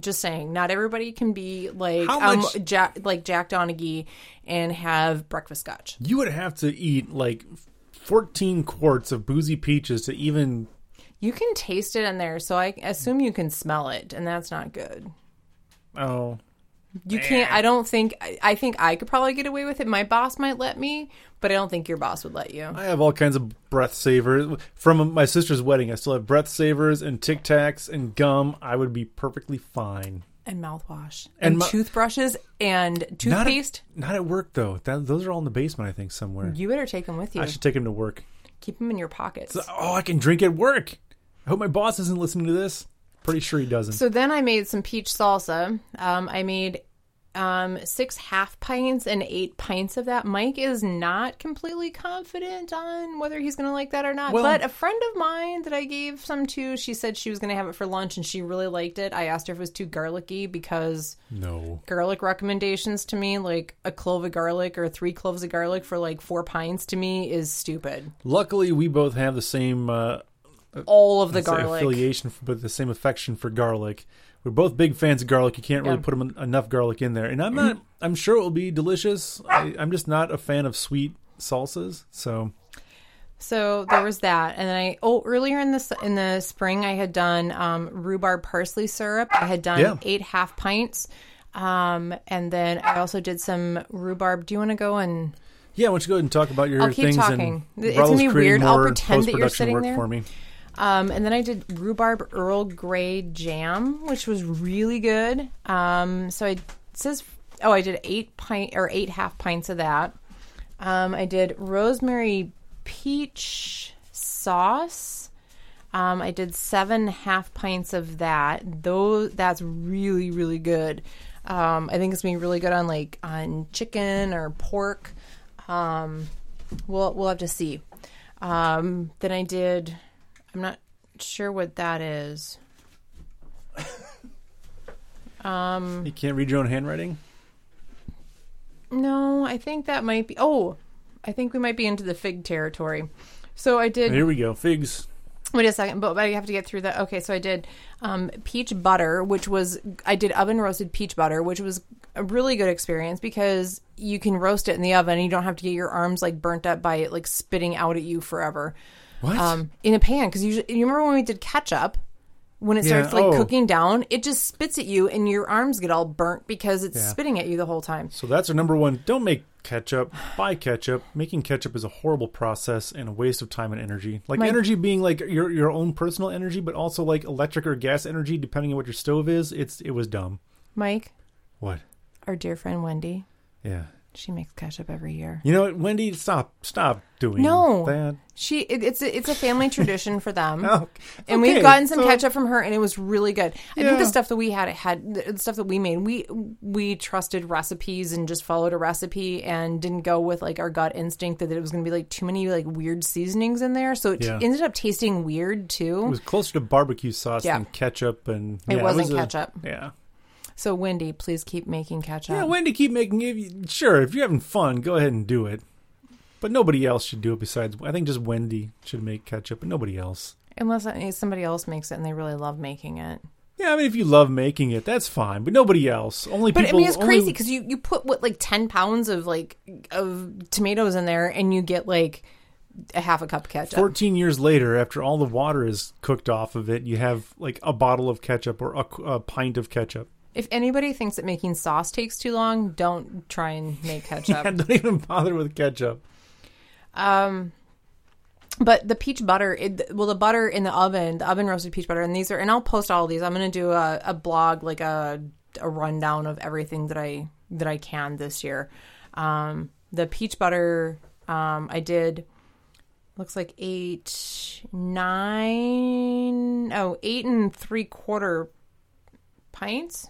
S2: just saying, not everybody can be like
S1: How
S2: um,
S1: much-
S2: Jack, like Jack Donaghy and have breakfast scotch.
S1: You would have to eat like 14 quarts of boozy peaches to even.
S2: You can taste it in there, so I assume you can smell it, and that's not good.
S1: Oh.
S2: You can't. I don't think. I, I think I could probably get away with it. My boss might let me, but I don't think your boss would let you.
S1: I have all kinds of breath savers from my sister's wedding. I still have breath savers and Tic Tacs and gum. I would be perfectly fine.
S2: And mouthwash
S1: And
S2: and,
S1: mu-
S2: toothbrushes and
S1: Not at-
S2: toothpaste. Mm-hmm.
S1: Not at, work though. That, those are all in the basement, I think, somewhere.
S2: you better take them with you.
S1: I should take them to work.
S2: Keep them in your pockets. So,
S1: Oh, I can drink at work. I hope my boss isn't listening to this. Pretty sure he doesn't.
S2: then I made some peach salsa. Um, I made um, six half pints and eight pints of that. Mike is not completely confident on whether he's going to like that or not.
S1: Well-
S2: but a friend of mine that I gave some to, she said she was going to have it for lunch and she really liked it. I asked her if it was too garlicky because
S1: no.
S2: garlic recommendations to me, like a clove of garlic or three cloves of garlic for like four pints, to me is stupid.
S1: Luckily, we both have the same uh,
S2: All of the
S1: say
S2: garlic.
S1: affiliation, for, but the same affection for garlic. We're both big fans of garlic. You can't really
S2: Yeah. Mm-hmm.
S1: put 'em- enough garlic in there, and I'm not. I'm sure it will be delicious. I, I'm just not a fan of sweet salsas, so
S2: So there was that, and then I oh earlier in the s- in the spring I had done um, rhubarb parsley syrup. I had done
S1: Yeah.
S2: eight half pints, um, and then I also did some rhubarb. Do you want to go and
S1: yeah. Why don't you go ahead and talk about your
S2: I'll keep
S1: things
S2: talking.
S1: and
S2: It's gonna
S1: Raul's
S2: be
S1: creating
S2: weird. I'll
S1: more
S2: pretend that you're
S1: post-production
S2: sitting
S1: work
S2: there.
S1: for me.
S2: um, and then I did rhubarb Earl Grey jam, which was really good. Um, so I it says oh I did eight pint or eight half pints of that. Um, I did rosemary peach sauce. Um, I did seven half pints of that. Those that's really really good. Um, I think it's gonna be really good on like on chicken or pork. Um, we'll we'll have to see. Um, then I did. I'm not sure what that is. Mm.
S1: You can't read your own handwriting.
S2: No, I think that might be. Oh, I think we might be into the fig territory. So I did.
S1: Here we go. Figs.
S2: Wait a second, but but I have to get through that. Okay, so I did um, peach butter, which was I did oven roasted peach butter, which was a really good experience because you can roast it in the oven. and You don't have to get your arms like burnt up by it like spitting out at you forever.
S1: What?
S2: Um, in a pan because you you remember when we did ketchup when it
S1: Yeah,
S2: starts like
S1: oh.
S2: cooking down, it just spits at you and your arms get all burnt because it's
S1: Yeah.
S2: spitting at you the whole time.
S1: So that's our number one. Don't make ketchup. Buy ketchup. Making ketchup is a horrible process and a waste of time and energy. Like
S2: My-
S1: energy being like your your own personal energy, but also like electric or gas energy, depending on what your stove is. It's it was dumb.
S2: Mike,
S1: What?
S2: our dear friend Wendy,
S1: Yeah.
S2: she makes ketchup every year.
S1: You know what, Wendy? Stop stop doing
S2: No.
S1: that.
S2: She it, it's a, it's a family tradition for them.
S1: Oh,
S2: and
S1: okay,
S2: we've gotten some
S1: so-
S2: ketchup from her, and it was really good. I think
S1: Yeah.
S2: the stuff that we had, it had the the stuff that we made. We we trusted recipes and just followed a recipe and didn't go with like our gut instinct that it was going to be like too many like weird seasonings in there. So it
S1: Yeah.
S2: ended up tasting weird
S1: It
S2: too.
S1: was closer to barbecue sauce
S2: Yeah.
S1: than ketchup, and yeah,
S2: it wasn't
S1: was a-
S2: ketchup.
S1: yeah.
S2: So Wendy, please keep making ketchup.
S1: Yeah, Wendy, keep making if you- Sure, if you're having fun, go ahead and do it. But nobody else should do it besides. I think just Wendy should make ketchup, but nobody else.
S2: Unless uh, somebody else makes it and they really love making it.
S1: Yeah, I mean, if you love making it, that's fine. But nobody else. Only
S2: But
S1: people.
S2: I mean, it's
S1: only-
S2: crazy because you, you put what like ten pounds of like of tomatoes in there, and you get like a half a cup of ketchup.
S1: Fourteen years later, after all the water is cooked off of it, you have like a bottle of ketchup or a, qu- a pint of ketchup.
S2: If anybody thinks that making sauce takes too long, don't try and make ketchup.
S1: And don't even bother with ketchup.
S2: Um, but the peach butter, it, well, the butter in the oven, the oven roasted peach butter, and these are, and I'll post all these. I'm going to do a, a blog, like a, a rundown of everything that I that I can this year. Um, the peach butter, um, I did. Looks like eight, nine, oh, eight and three quarter pints.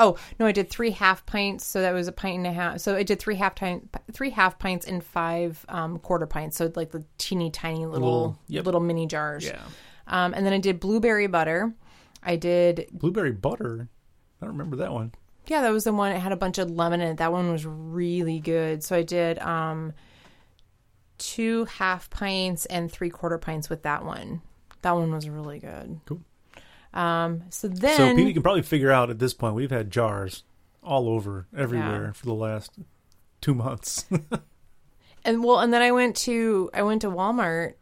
S2: Oh no, I did three half pints, so that was a pint and a half. So I did three half pint, three half pints and five um, quarter pints. So like the teeny tiny little
S1: Little-
S2: little,
S1: yep.
S2: mini jars. Um, and then I did blueberry butter. I did
S1: blueberry butter. I don't remember that one.
S2: yeah, that was the one. It had a bunch of lemon in it. That one was really good. So I did um, two half pints and three quarter pints with that one. That one was really good.
S1: Cool.
S2: Um, so
S1: so
S2: then
S1: people can probably figure out at this point we've had jars all over everywhere for the last two months.
S2: and well and then i went to i went to walmart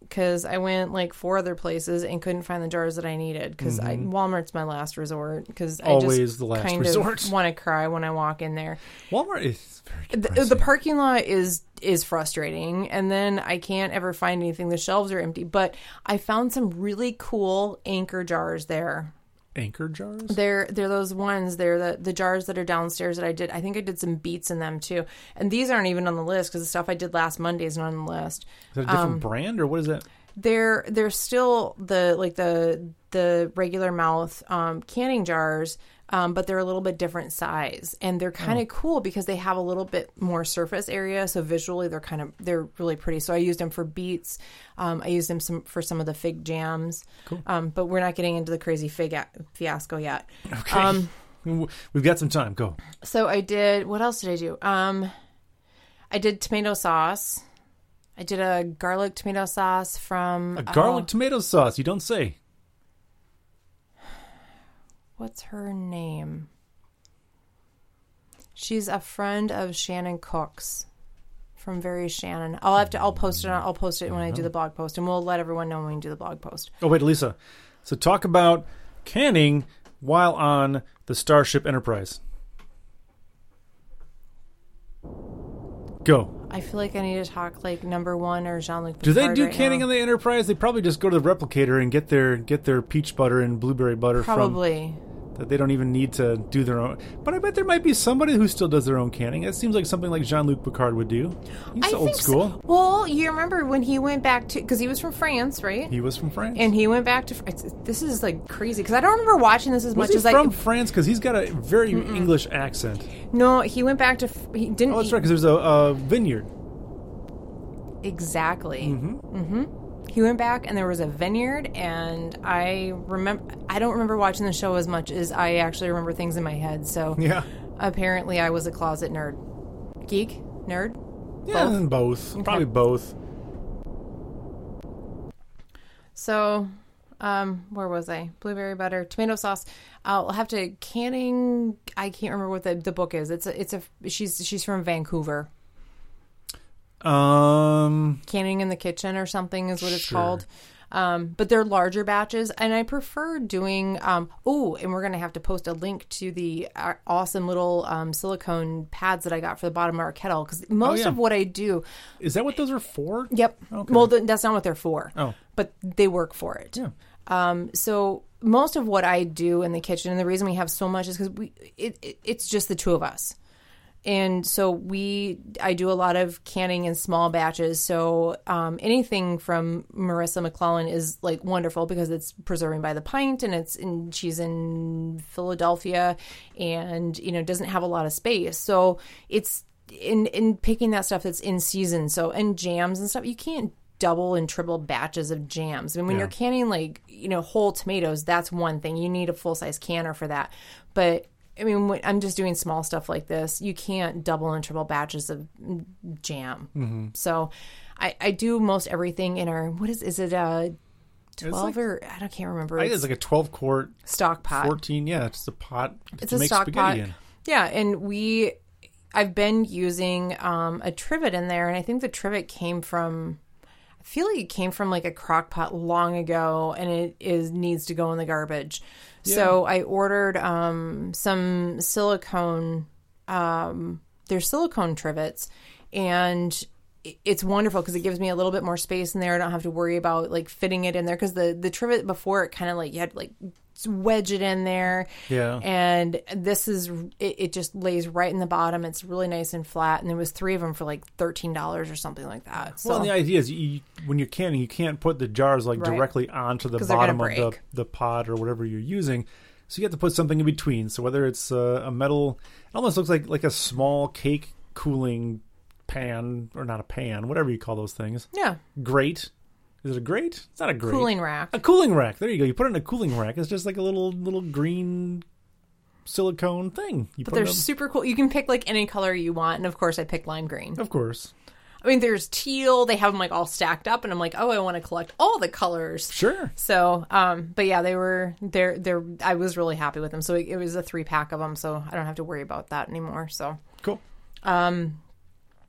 S2: because I went like four other places and couldn't find the jars that I needed because Walmart's my last resort because I
S1: Mm-hmm. Always
S2: just
S1: the last
S2: kind
S1: resort.
S2: of want to cry when I walk in there.
S1: Walmart is very
S2: The, the parking lot is is frustrating, and then I can't ever find anything. The shelves are empty, but I found some really cool anchor jars there.
S1: anchor jars.
S2: They're they're those ones. They're the the jars that are downstairs that I did. I think I did some beats in them too, and these aren't even on the list because the stuff I did last Monday is not on the list.
S1: Is that a different
S2: Um,
S1: brand or what is that?
S2: they're they're still the like the the regular mouth um, canning jars um, but they're a little bit different size and they're kind of
S1: Oh.
S2: cool because they have a little bit more surface area so visually they're kind of they're really pretty so i used them for beets um, i used them some, for some of the fig jams cool. um, but we're not getting into the crazy fig a- fiasco yet
S1: Okay.
S2: um,
S1: We've got some time. Go.
S2: so I did. What else did I do? Um, I did tomato sauce. I did a garlic tomato sauce from
S1: A
S2: uh,
S1: garlic tomato sauce. You don't say.
S2: what's her name? She's a friend of Shannon Cook's from Very Shannon. I'll have to. I'll post it. On, I'll post it when
S1: Mm-hmm.
S2: I do the blog post, and we'll let everyone know when we do the blog post.
S1: Oh wait, Lisa. So talk about canning while on the Starship Enterprise. Go.
S2: I feel like I need to talk like number one or Jean Luc.
S1: Do they do canning on the Enterprise? They probably just go to the replicator and get their get their peach butter and blueberry butter
S2: Probably.
S1: from that they don't even need to do their own. But I bet there might be somebody who still does their own canning. That seems like something like Jean-Luc Picard would do. He's
S2: I
S1: old
S2: think so.
S1: school.
S2: Well, you remember when he went back to because he was from France, right?
S1: He was from France.
S2: and he went back to. Fr- It's, this is like crazy because I don't remember watching this as
S1: was
S2: much
S1: he
S2: as I.
S1: from France? Because he's got a very English accent.
S2: No, he went back to. f- He didn't
S1: Oh, that's
S2: he-
S1: right. Because there's a, a vineyard.
S2: exactly. Mm-hmm. He went back, and there was a vineyard, and I remember. I don't remember watching the show as much as I actually remember things in my head. So
S1: Yeah.
S2: apparently, I was a closet nerd, geek, nerd.
S1: Yeah, and both. Probably both.
S2: So, um, where was I? Blueberry butter, tomato sauce. I'll have to canning. I can't remember what the, the book is. It's a, it's a she's she's from Vancouver.
S1: Um,
S2: Canning in the kitchen or something is what it's
S1: Sure.
S2: called. Um, but they're larger batches, and I prefer doing. Um, oh, and we're gonna have to post a link to the uh, awesome little um, silicone pads that I got for the bottom of our kettle because most
S1: Oh, yeah.
S2: of what I do.
S1: is that what those are for?
S2: Yep. Well, th- that's not what they're for.
S1: Oh.
S2: But they work for it.
S1: Yeah.
S2: Um, so most of what I do in the kitchen, and the reason we have so much is because we it, it, it's just the two of us, and so we I do a lot of canning in small batches. So um, anything from Marissa McClellan is like wonderful because it's preserving by the pint, and it's in she's in Philadelphia, and you know doesn't have a lot of space, so it's in in picking that stuff that's in season. So and jams and stuff, you can't double and triple batches of jams. I mean, when
S1: Yeah.
S2: you're canning like you know whole tomatoes, that's one thing. You need a full size canner for that. But I mean, when I'm just doing small stuff like this. You can't double and triple batches of mm, jam.
S1: Mm-hmm.
S2: So, I I do most everything in our what is is it a twelve
S1: like-
S2: or I don't can't remember
S1: I think
S2: It's
S1: it's like a 12 quart,
S2: stock pot.
S1: 14. Yeah, it's a pot.
S2: it's
S1: to
S2: a
S1: make
S2: stock
S1: spaghetti
S2: pot.
S1: In.
S2: Yeah, and we I've been using um, a trivet in there, and I think the trivet came from. I feel like it came from like a crock pot long ago, and it is needs to go in the garbage. So I ordered um, some silicone. Um, they're silicone trivets, and i- it's wonderful because it gives me a little bit more space in there. I don't have to worry about like fitting it in there because the the trivet before it kind of like you had to like wedge it in there
S1: Yeah.
S2: and this is it, it just lays right in the bottom it's really nice and flat and there was three of them for like $13 or something like that so
S1: Well, and the idea is you, when you're canning, you can't put the jars like
S2: Right.
S1: directly onto the
S2: 'Cause they're gonna
S1: bottom of the,
S2: break.
S1: the pot or whatever you're using. So you have to put something in between. So whether it's uh, a metal, it almost looks like like a small cake cooling pan or not a pan, whatever you call those things.
S2: yeah
S1: Grate. Is it a grate? It's not a grate.
S2: cooling rack
S1: A cooling rack. There you go. You put it in a cooling rack. It's just like a little little green silicone thing. You
S2: but
S1: put
S2: they're
S1: it up-
S2: super cool you can pick like any color you want and of course i picked lime green
S1: of course.
S2: i mean there's teal they have them like all stacked up and i'm like oh i want to collect all the colors
S1: Sure.
S2: so um but yeah they were they're they're i was really happy with them so it, it was a three pack of them so i don't have to worry about that anymore so
S1: Cool.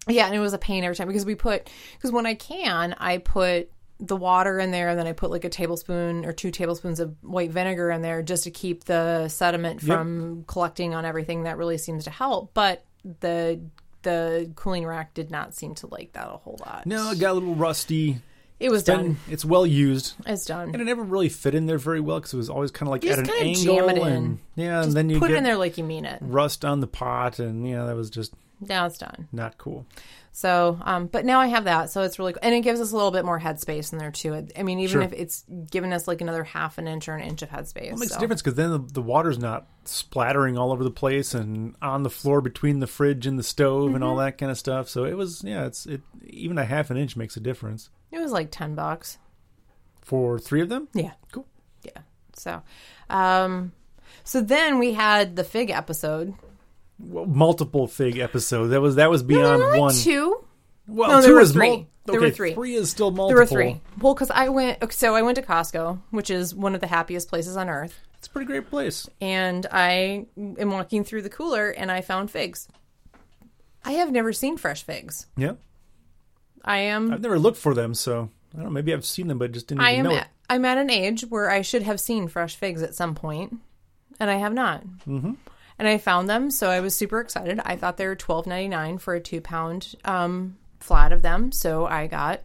S2: Yeah, and it was a pain every time because we put because when I can, I put the water in there, and then I put like a tablespoon or two tablespoons of white vinegar in there just to keep the sediment
S1: Yep.
S2: from collecting on everything. That really seems to help, but the the cooling rack did not seem to like that a whole lot.
S1: No, it got a little rusty.
S2: it was
S1: Then
S2: done.
S1: it's well used.
S2: It's done.
S1: And it never really fit in there very well because it was always kind of like
S2: You
S1: at an
S2: just kinda
S1: angle.
S2: jam it
S1: and,
S2: in.
S1: Yeah,
S2: Just
S1: and then you
S2: put
S1: get
S2: it in there like you mean it.
S1: rust on the pot, and yeah, that was just
S2: Now it's done.
S1: not cool.
S2: So, um, but now I have that, so it's really cool. and it gives us a little bit more headspace in there too. It- I mean, even
S1: Sure.
S2: if it's giving us like another half an inch or an inch of headspace,
S1: It makes
S2: so.
S1: a difference because then the, the water's not splattering all over the place and on the floor between the fridge and the stove and all
S2: Mm-hmm.
S1: that kind of stuff. So it was, yeah, it's it even a half an inch makes a difference
S2: It was like ten bucks.
S1: for three of them.
S2: Yeah,
S1: Cool.
S2: yeah. So, um, so then we had the fig episode.
S1: Well, multiple fig episodes. That was that was beyond
S2: Only
S1: one.
S2: two.
S1: Well,
S2: No,
S1: two
S2: there were
S1: is mul-
S2: three. There were
S1: okay,
S2: three.
S1: Three is still multiple.
S2: There were three. Well, because I went, okay, so I went to Costco, which is one of the happiest places on earth.
S1: It's a pretty great place.
S2: and I am walking through the cooler and I found figs. I have never seen fresh figs.
S1: Yeah,
S2: I am
S1: I've never looked for them, so I don't know. Maybe I've seen them, but just didn't
S2: I
S1: even
S2: am
S1: know.
S2: at, I'm at an age where I should have seen fresh figs at some point, and I have not. Mm-hmm. And I found them, so I was super excited. I thought they were twelve ninety nine for a two pound um, flat of them, so I got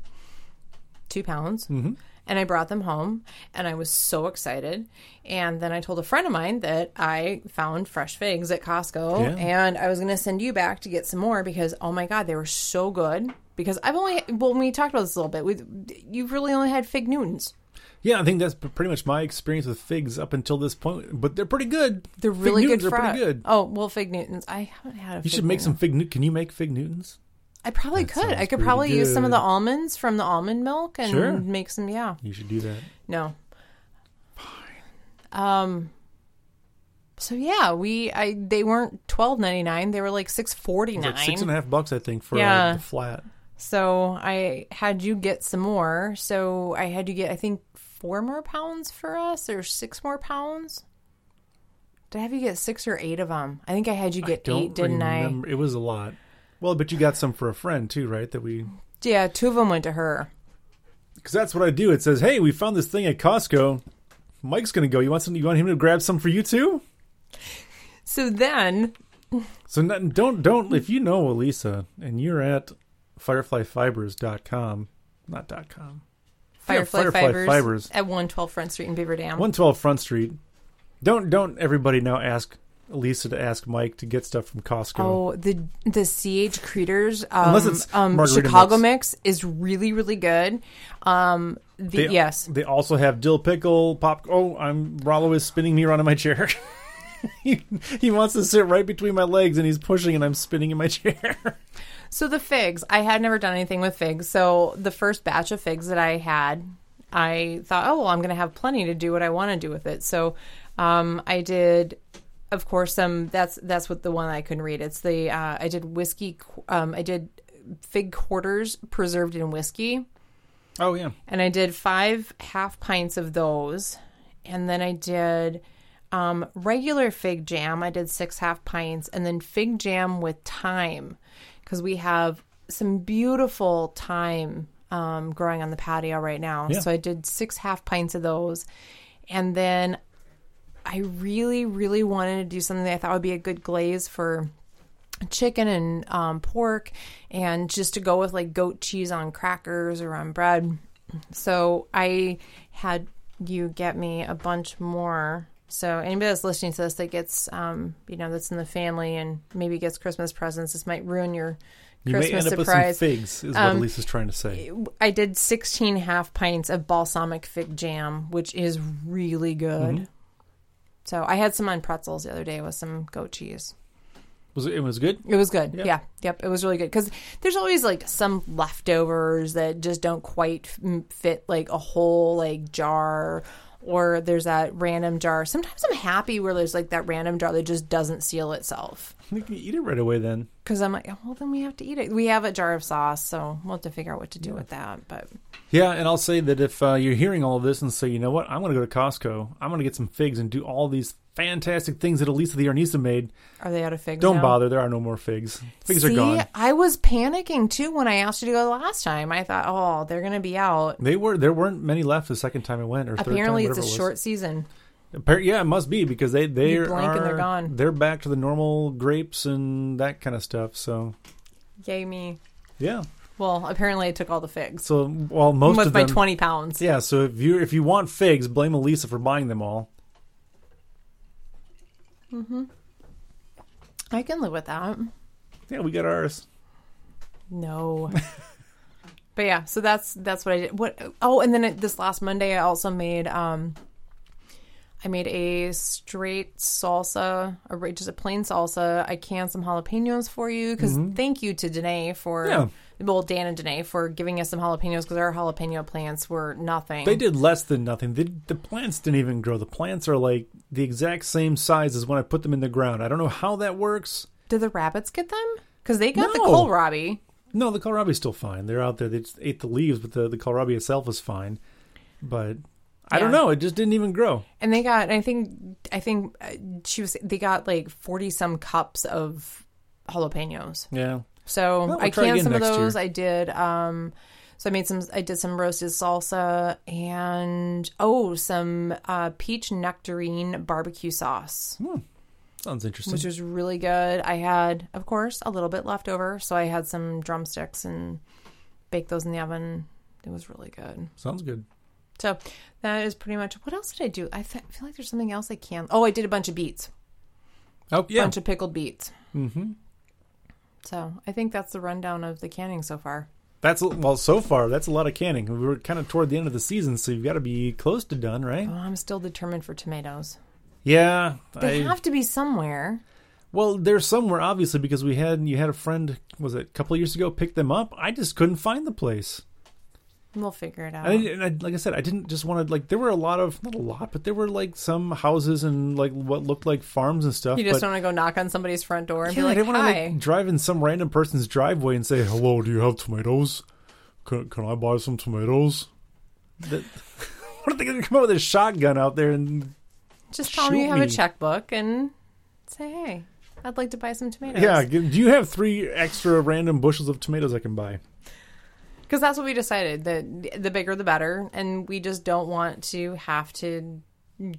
S2: two pounds. Mm-hmm. And I brought them home and I was so excited. And then I told a friend of mine that I found fresh figs at Costco
S1: Yeah.
S2: and I was going to send you back to get some more because, oh my God, they were so good. Because I've only, well, we talked about this a little bit. We, you've really only had fig Newtons.
S1: Yeah, I think that's p- pretty much my experience with figs up until this point. But they're pretty good.
S2: They're really
S1: fig
S2: good
S1: Newtons
S2: for
S1: are pretty good.
S2: Oh, well, fig Newtons. I haven't had a
S1: You should make some fig. New- Can you make fig Newtons?
S2: I probably could. I
S1: sounds
S2: could
S1: pretty
S2: probably use some of the
S1: good.
S2: almonds from the almond milk and
S1: Sure.
S2: make some, yeah.
S1: You should do that.
S2: No. Fine. Um. So yeah, we I they weren't twelve ninety nine. They were like six forty
S1: It's
S2: nine.
S1: like six and a half bucks, I think, for
S2: Yeah.
S1: like the flat.
S2: So I had you get some more. So I had you get I think four more pounds for us or six more pounds. Did I have you get six or eight of them? I think I had you get
S1: Don't
S2: eight, didn't
S1: remember. It was a lot. Well, but you got some for a friend too, right? That we
S2: I? Yeah, two of them went to her.
S1: because that's what I do. It says, "Hey, we found this thing at Costco. Mike's gonna go. You want some? You want him to grab some for you too?"
S2: So then,
S1: So n- don't don't if you know Elisa and you're at fireflyfibers.com, not dot com.
S2: Firefly,
S1: Firefly
S2: Fibers,
S1: Fibers.
S2: at one twelve Front Street in Beaver Dam.
S1: 112 Front Street. Don't don't everybody now ask Elisa to ask Mike to get stuff from Costco.
S2: Oh, the the CH Creators um,
S1: Unless it's
S2: um
S1: margarita
S2: Chicago mix. is really really good. Um
S1: They-
S2: the, yes.
S1: They also have dill pickle pop. Oh, I'm Rollo is spinning me around in my chair. he, he wants to sit right between my legs, and he's pushing, and I'm spinning in my chair.
S2: So the figs, I had never done anything with figs. So the first batch of figs that I had, I thought, "Oh, well, I'm going to have plenty to do what I want to do with it." So um I did of course some that's that's what the one I couldn't read. It's the uh I did whiskey qu- um I did fig quarters preserved in whiskey.
S1: Oh yeah,
S2: and I did five half pints of those, and then I did um, regular fig jam. I did six half pints, and then fig jam with thyme, because we have some beautiful thyme um, growing on the patio right now.
S1: Yeah.
S2: So I did six half pints of those, and then I really, really wanted to do something that I thought would be a good glaze for chicken and um, pork and just to go with like goat cheese on crackers or on bread. So I had you get me a bunch more. So anybody that's listening to this that gets, um, you know, that's in the family and maybe gets Christmas presents, this might ruin your
S1: you may
S2: Christmas
S1: end up with
S2: surprise.
S1: some
S2: Um,
S1: figs, is what Elisa's trying to say.
S2: I did 16 half pints of balsamic fig jam, which is really good.
S1: Mm-hmm.
S2: So I had some on pretzels the other day with some goat cheese.
S1: Was it, it was good?
S2: It was good.
S1: Yeah.
S2: Yeah. Yep. It was really good because there's always like some leftovers that just don't quite f- fit like a whole like jar or there's that random jar. Sometimes I'm happy where there's like that random jar that just doesn't seal itself
S1: I think you eat it right away then.
S2: because I'm like, oh, well, then we have to eat it. We have a jar of sauce, so we'll have to figure out what to do with that. But
S1: Yeah, and I'll say that if uh, you're hearing all of this and say, you know what, I'm going to go to Costco, I'm going to get some figs and do all these fantastic things that Elisa the Arnisa made.
S2: Are they out of figs?
S1: Don't
S2: now?
S1: bother. There are no more figs. Figs
S2: See,
S1: are gone.
S2: I was panicking too when I asked you to go last time. I thought, oh, they're gonna be out.
S1: They were there weren't many left the second time I went or third
S2: Apparently,
S1: time.
S2: it's a
S1: whatever it was.
S2: short season.
S1: Appar- yeah, it must be because they they
S2: You
S1: are
S2: blink and they're gone.
S1: They're back to the normal grapes and that kind of stuff. So
S2: Yay me!
S1: yeah,
S2: Well, apparently, I took all the figs
S1: so while most
S2: with
S1: of
S2: my
S1: them,
S2: twenty pounds.
S1: yeah. So if you if you want figs, blame Elisa for buying them all.
S2: I can live with that.
S1: Yeah, we got ours.
S2: No. but yeah, so that's that's what I did. What Oh, and then it, this last Monday I also made um I made a straight salsa, a re- just a plain salsa. I canned some jalapenos for you because thank you to Danae for
S1: Mm-hmm. Yeah.
S2: well Dan and Danae for giving us some jalapenos because our jalapeno plants were nothing.
S1: They did less than nothing. The, the plants didn't even grow. The plants are like the exact same size as when I put them in the ground. I don't know how that works.
S2: Did the rabbits get them? Because they got the
S1: No.
S2: kohlrabi.
S1: No, the kohlrabi's still fine. They're out there. They just ate the leaves, but the, the kohlrabi itself was fine. But I don't
S2: Yeah.
S1: know. It just didn't even grow.
S2: and they got i think i think uh, she was they got like 40 some cups of jalapenos
S1: Yeah.
S2: so
S1: Well, we'll
S2: i
S1: try
S2: canned
S1: again
S2: some of
S1: next year.
S2: those i did um so i made some i did some roasted salsa and oh some uh, peach nectarine barbecue sauce
S1: Sounds interesting.
S2: which was really good i had of course a little bit left over so i had some drumsticks and baked those in the oven it was really good
S1: Sounds good.
S2: so that is pretty much what else did i do i th- feel like there's something else i can oh i did a bunch of beets
S1: Oh, yeah.
S2: bunch of pickled beets. Mm-hmm. So I think that's the rundown of the canning so far.
S1: That's well, so far, that's a lot of canning. We were kind of toward the end of the season, so you've got to be close to done, right?
S2: Oh, I'm still determined for tomatoes.
S1: Yeah.
S2: They
S1: I-
S2: have to be somewhere.
S1: Well, they're somewhere obviously because we had you had a friend was it a couple of years ago pick them up. I just couldn't find the place.
S2: We'll figure it out.
S1: And, I, and I, like I said, I didn't just want to like there were a lot of not a lot, but there were like some houses and like what looked like farms and stuff.
S2: you just
S1: but,
S2: don't want to go knock on somebody's front door and
S1: yeah, I
S2: be
S1: didn't
S2: like,
S1: want to
S2: "Hi."
S1: like drive in some random person's driveway and say, "Hello, do you have tomatoes? Can can I buy some tomatoes?" That, what are they going to come out with a shotgun out there and
S2: just tell me you
S1: shoot
S2: have a
S1: me.
S2: checkbook and say, "Hey, I'd like to buy some tomatoes."
S1: yeah? Do you have three extra random bushels of tomatoes I can buy?
S2: because that's what we decided that the bigger the better, and we just don't want to have to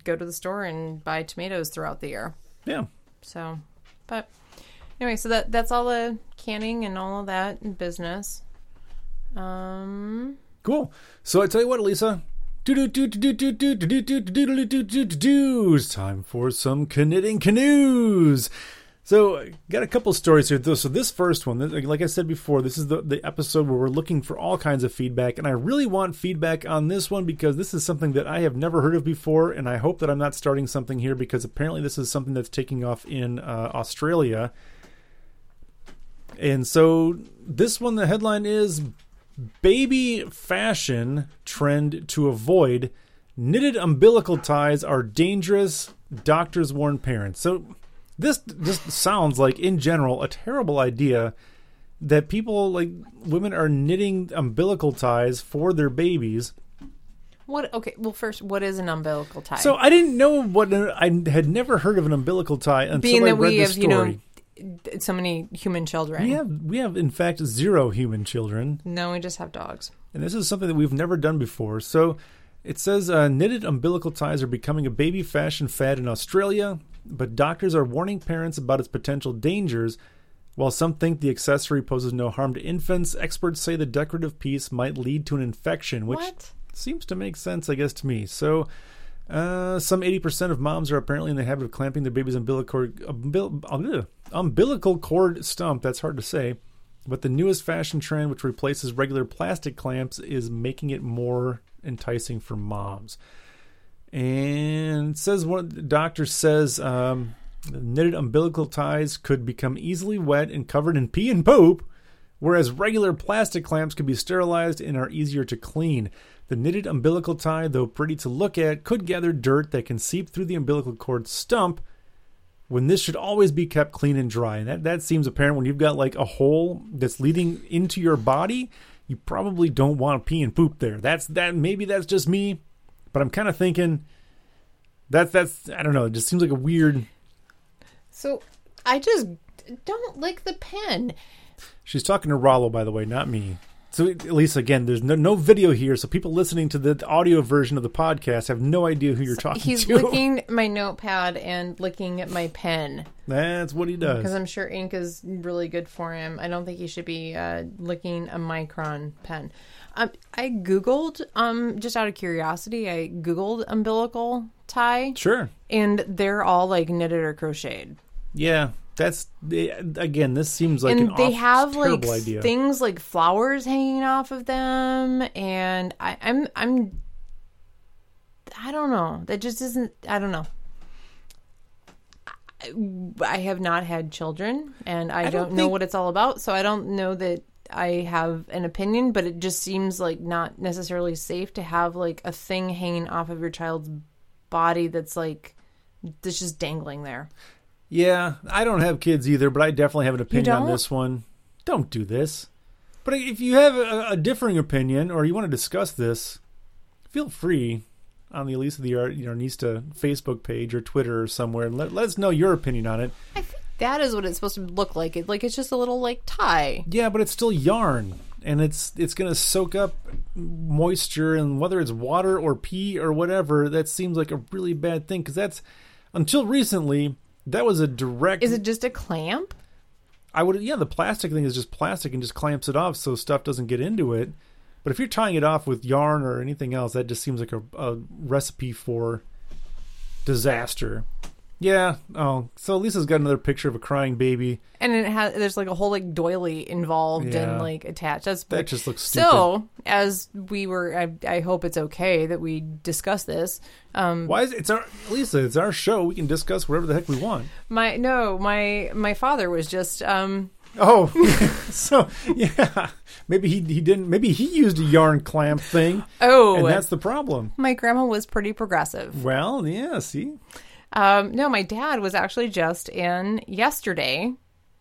S2: go to the store and buy tomatoes throughout the year.
S1: Yeah.
S2: So, but anyway, so that that's all the canning and all of that business. Um,
S1: Cool. So I tell you what, Elisa. It's time for some knitting canoes. So, got a couple stories here. Though. So, this first one, th- like I said before, this is the, the episode where we're looking for all kinds of feedback. And I really want feedback on this one because this is something that I have never heard of before. And I hope that I'm not starting something here because apparently this is something that's taking off in uh, Australia. And so, this one, the headline is baby fashion trend to avoid. Knitted umbilical ties are dangerous. Doctors warn parents. So this just sounds like, in general, a terrible idea that people like women are knitting umbilical ties for their babies.
S2: what? Okay, well, first, what is an umbilical tie?
S1: So I didn't know what I had never heard of an umbilical tie until
S2: being
S1: I
S2: that
S1: read
S2: we
S1: the
S2: have
S1: story.
S2: you know d- so many human children,
S1: we have we have in fact zero human children.
S2: no, we just have dogs.
S1: And this is something that we've never done before. So it says uh, knitted umbilical ties are becoming a baby fashion fad in Australia, but doctors are warning parents about its potential dangers. While some think the accessory poses no harm to infants, experts say the decorative piece might lead to an infection, which
S2: What?
S1: seems to make sense, I guess, to me. So, uh, some 80% of moms are apparently in the habit of clamping their baby's umbilical, umbil, ugh, umbilical cord stump. That's hard to say. But the newest fashion trend, which replaces regular plastic clamps, is making it more enticing for moms. And it says one the doctor says um, knitted umbilical ties could become easily wet and covered in pee and poop, whereas regular plastic clamps can be sterilized and are easier to clean. The knitted umbilical tie, though pretty to look at, could gather dirt that can seep through the umbilical cord stump. When this should always be kept clean and dry, and that, that seems apparent when you've got like a hole that's leading into your body, you probably don't want pee and poop there. That's that. Maybe that's just me, but I'm kind of thinking That's that's I don't know. It just seems like a weird.
S2: So I just don't like the pen.
S1: She's talking to Rollo, by the way, not me. So at least again, there's no, no video here, so people listening to the audio version of the podcast have no idea who you're talking
S2: He's
S1: to.
S2: licking my notepad and licking at my pen
S1: That's what he does.
S2: because Mm, I'm sure ink is really good for him. I don't think he should be uh, licking a micron pen. Um, I googled, um, just out of curiosity, I googled umbilical tie,
S1: sure.
S2: and they're all like knitted or crocheted.
S1: Yeah. That's eh, again. This seems like
S2: and
S1: an off-
S2: they have like
S1: terrible idea.
S2: things like flowers hanging off of them and I, i'm i'm i don't know that just isn't i don't know I- i have not had children and i,
S1: don't
S2: don't, know
S1: think-
S2: what it's all about so i don't know that i have an opinion but it just seems like not necessarily safe to have like a thing hanging off of your child's body that's like that's just dangling there
S1: Yeah, I don't have kids either, but I definitely have an opinion on
S2: don't?
S1: this one. Don't do this. But if you have a, a differing opinion or you want to discuss this, feel free on the Elisa the Ar- Arnista Facebook page or Twitter or somewhere and let, let us know your opinion on it.
S2: I think that is what it's supposed to look like. It like it's just a little like tie.
S1: Yeah, but it's still yarn and it's it's going to soak up moisture and whether it's water or pee or whatever, that seems like a really bad thing cuz that's until recently that was a direct
S2: Is it just a clamp?
S1: I would yeah, the plastic thing is just plastic and just clamps it off so stuff doesn't get into it. But if you're tying it off with yarn or anything else, that just seems like a, a recipe for disaster. Yeah. Oh, so Lisa's got another picture of a crying baby.
S2: And it has there's like a whole like doily involved
S1: Yeah.
S2: and like attached. That's
S1: That just looks stupid.
S2: so. As we were, I, I hope it's okay that we discuss this. Um,
S1: Why is it, it's our Lisa? It's our show. We can discuss whatever the heck we want.
S2: my no, my my father was just um,
S1: Oh, so yeah, maybe he he didn't. Maybe he used a yarn clamp thing, and
S2: oh,
S1: that's the problem.
S2: my grandma was pretty progressive.
S1: Well, yeah. See,
S2: Um, no, my dad was actually just in yesterday.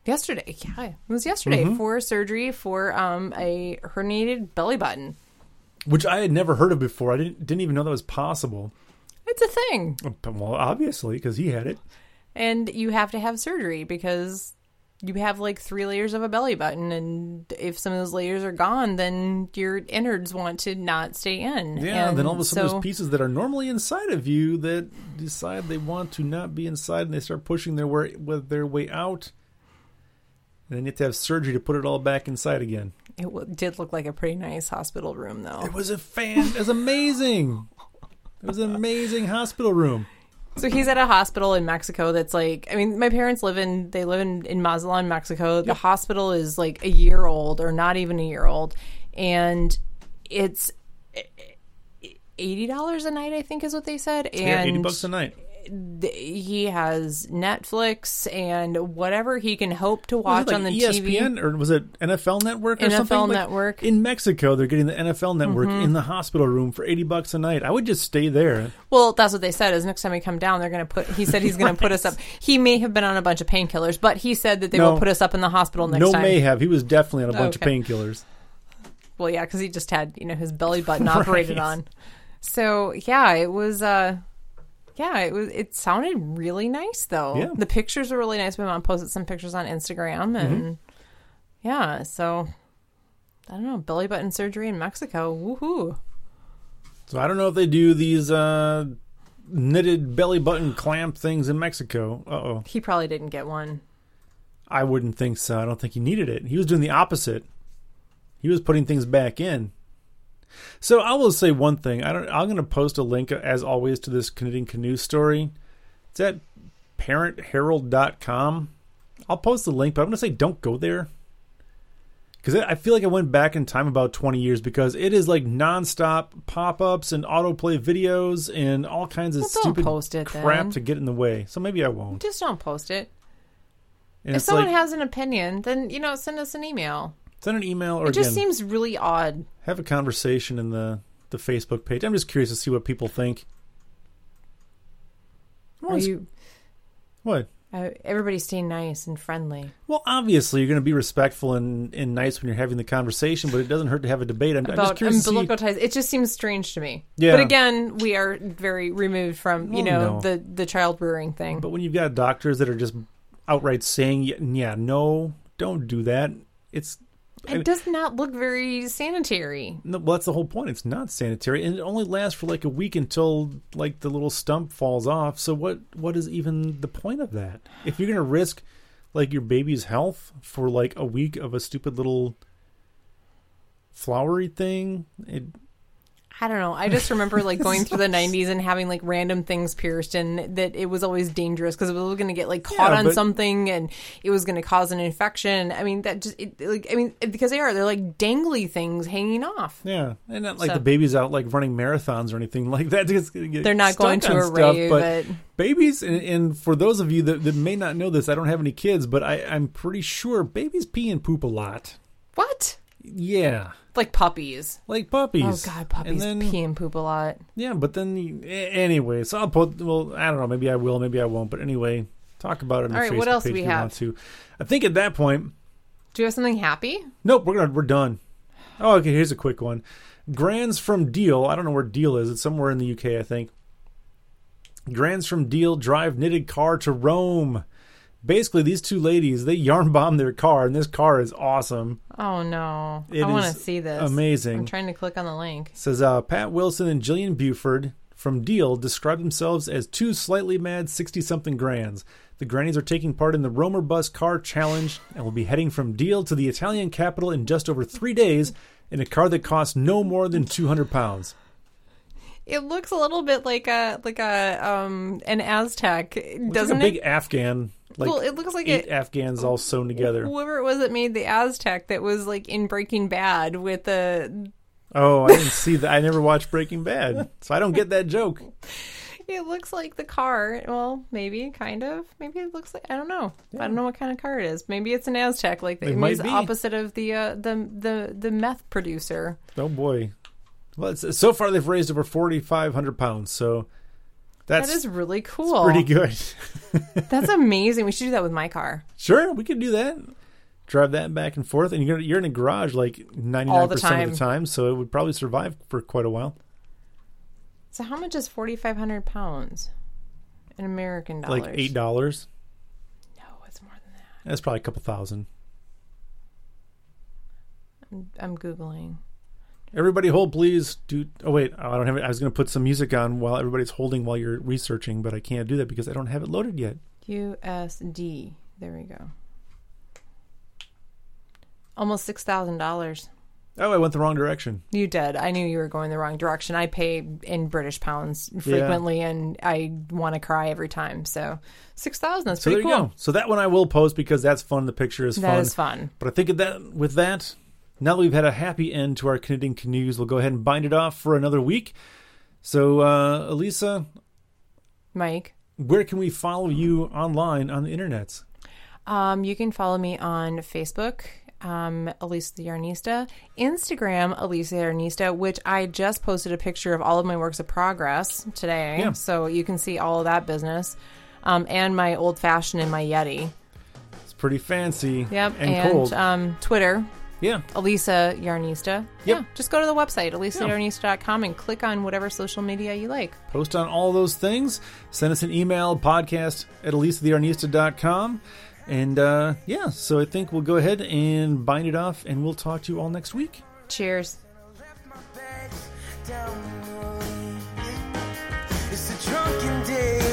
S2: Yesterday, yeah, it was yesterday
S1: Mm-hmm.
S2: for surgery for um, a herniated belly button.
S1: which I had never heard of before. I didn't didn't even know that was possible.
S2: It's a thing.
S1: Well, obviously, because he had it.
S2: And you have to have surgery because you have like three layers of a belly button. And if some of those layers are gone, then your innards want to not stay in.
S1: Yeah.
S2: And
S1: then all of a sudden,
S2: so-
S1: there's pieces that are normally inside of you that decide they want to not be inside, and they start pushing their way with their way out. And then you have to have surgery to put it all back inside again.
S2: it w- did look like a pretty nice hospital room, though.
S1: It was a fan. It was amazing. It was an amazing hospital room.
S2: So he's at a hospital in Mexico that's like I mean, my parents live in they live in, in Mazatlan, Mexico. The hospital is like a year old or not even a year old. And it's eh, eighty dollars a night, I think is what they said. And
S1: yeah, eighty bucks a night.
S2: th- he has Netflix and whatever he can hope to
S1: Was
S2: watch
S1: it like E
S2: on the
S1: ESPN
S2: TV.
S1: or was it NFL Network or
S2: NFL
S1: something? Like,
S2: Network. Mm-hmm.
S1: in Mexico, they're getting the NFL Network in the hospital room for eighty bucks a night. I would just stay there.
S2: Well, that's what they said. Is next time we come down, they're going to put. He said he's going to put us up. He may have been on a bunch of painkillers, but he said that they
S1: No.
S2: will put us up in the hospital next
S1: no
S2: time.
S1: mayhap. He was definitely on a bunch
S2: Okay.
S1: of painkillers.
S2: Well, yeah, because he just had you know his belly button operated
S1: Right.
S2: on. So yeah, it was. uh Yeah, it was. It sounded really nice though.
S1: Yeah. Mm-hmm.
S2: The pictures were really nice. My mom posted some pictures on Instagram, and yeah, so I don't know belly button surgery in Mexico. Woohoo!
S1: So I don't know if they do these uh, knitted belly button clamp things in Mexico. Uh oh.
S2: He probably didn't get one.
S1: I wouldn't think so. I don't think he needed it. He was doing the opposite. He was putting things back in. So I will say one thing. I don't. I'm going to post a link, as always, to this knitting canoe story. It's at parentherald.com. I'll post the link, but I'm going to say don't go there because I feel like I went back in time about 20 years because it is like nonstop pop-ups and autoplay videos and all kinds of
S2: Well, don't
S1: stupid
S2: post it,
S1: crap
S2: then.
S1: to get in the way. So maybe I won't.
S2: Just don't post it.
S1: And
S2: if
S1: it's
S2: someone
S1: like
S2: has an opinion, then you know send us an email.
S1: send an email or
S2: It just
S1: again,
S2: seems really odd.
S1: have a conversation in the the Facebook page. I'm just curious to see what people think.
S2: Are you
S1: What?
S2: Uh, everybody's staying nice and friendly.
S1: Well, obviously, you're going to be respectful and, and nice when you're having the conversation, but it doesn't hurt to have a debate. I'm, I'm just
S2: about
S1: curious. to see-
S2: umbilical ties. It just seems strange to me.
S1: Yeah.
S2: But again, we are very removed from you
S1: Well,
S2: know
S1: no.
S2: the the child rearing thing.
S1: But when you've got doctors that are just outright saying, "Yeah, yeah, no, don't do that," it's
S2: it does not look very sanitary.
S1: no, well, that's the whole point. It's not sanitary, and it only lasts for like a week until like the little stump falls off. So what? What is even the point of that? If you're going to risk like your baby's health for like a week of a stupid little flowery thing, it
S2: I don't know. I just remember like going through the 90s and having like random things pierced and that it was always dangerous because it was going to get like caught
S1: Yeah,
S2: on
S1: but-
S2: something and it was going to cause an infection. I mean, that just it, like I mean because they are they're like dangly things hanging off.
S1: Yeah, and not like
S2: So-
S1: the baby's out like running marathons or anything like that. It's gonna get
S2: They're not
S1: stuck
S2: going to
S1: on
S2: a
S1: stuff,
S2: rave,
S1: but,
S2: but-
S1: babies. And, and for those of you that, that may not know this, I don't have any kids, but I, I'm pretty sure babies pee and poop a lot.
S2: What?
S1: Yeah,
S2: Like puppies.
S1: like puppies.
S2: Oh god, puppies
S1: And then,
S2: pee and poop a lot.
S1: Yeah, but then you- a- anyway, so I'll put. Well, I don't know. Maybe I will. Maybe I won't. But anyway, talk about it on
S2: All
S1: the
S2: right,
S1: Facebook
S2: what else
S1: page
S2: we
S1: if you
S2: have?
S1: want to. I think at that point,
S2: Do you have something happy?
S1: Nope, we're gonna we're done. Oh, okay. Here's a quick one. Grand's from Deal. I don't know where Deal is. It's somewhere in the UK, I think. Grand's from Deal drive knitted car to Rome. Basically, these two ladies they yarn bomb their car, and this car is awesome.
S2: Oh no.
S1: It
S2: I want to
S1: is
S2: see this. I'm
S1: Amazing.
S2: trying to click on the link.
S1: Says uh, Pat Wilson and Jillian Buford from Deal describe themselves as two slightly mad 60 something grands. The grannies are taking part in the Romer Bus Car Challenge and will be heading from Deal to the Italian capital in just over three days in a car that costs no more than 200 pounds.
S2: It looks a little bit like a like a um an Aztec,
S1: It's like
S2: doesn't
S1: a big
S2: it?
S1: Afghan. Like
S2: well, it looks like
S1: eight
S2: it.
S1: Afghans all sewn together.
S2: Whoever it was that made the Aztec that was like in Breaking Bad with the.
S1: Oh, I didn't see that. I never watched Breaking Bad, so I don't get that joke.
S2: It looks like the car. Well, maybe kind of. Maybe it looks like I don't know. I don't know what kind of car it is. Maybe it's an Aztec, like the,
S1: It
S2: it
S1: might
S2: was
S1: be.
S2: opposite of the uh, the the the meth producer.
S1: Oh boy. Well, it's, so far they've raised over 4,500 pounds, so that's
S2: that is really cool.
S1: pretty good.
S2: That's amazing. We should do that with my car.
S1: Sure, we could do that. Drive that back and forth, and you're you're in a garage like ninety nine percent of
S2: time.
S1: the time, so it would probably survive for quite a while,
S2: So how much is forty five hundred pounds in American dollars?
S1: like eight dollars.
S2: No, it's more than that.
S1: That's probably a couple thousand.
S2: I'm googling.
S1: Everybody, hold please. Do oh wait, oh, I don't have it. I was going to put some music on while everybody's holding while you're researching, but I can't do that because I don't have it loaded yet.
S2: USD. There we go. Almost six thousand dollars.
S1: Oh, I went the wrong direction.
S2: You did. I knew you were going the wrong direction. I pay in British pounds frequently, and I want to cry every time. So six thousand. That's
S1: So
S2: pretty
S1: there you
S2: cool.
S1: go. So that one I will post because that's fun. The picture is
S2: That
S1: fun.
S2: is fun.
S1: But I think of that with that, now that we've had a happy end to our knitting canoes, we'll go ahead and bind it off for another week. So, uh, Elisa,
S2: Mike.
S1: where can we follow you online on the internets?
S2: Um, you can follow me on Facebook, um, Elisa the Yarnista, Instagram, Elisa the Yarnista, which I just posted a picture of all of my works of progress today.
S1: Yeah.
S2: So you can see all of that business. Um, and my old fashioned and my Yeti.
S1: It's pretty fancy
S2: Yep.
S1: and, cold.
S2: Um, Twitter,
S1: yeah.
S2: Elisa Yarnista. Yeah. Just go to the website, elisayarnista.com, and click on whatever social media you like.
S1: Post on all those things. Send us an email, podcast at elisathearnista.com. And uh, yeah, so I think we'll go ahead and bind it off, and we'll talk to you all next week.
S2: Cheers.
S3: left my bags down the lane. It's a drunken day.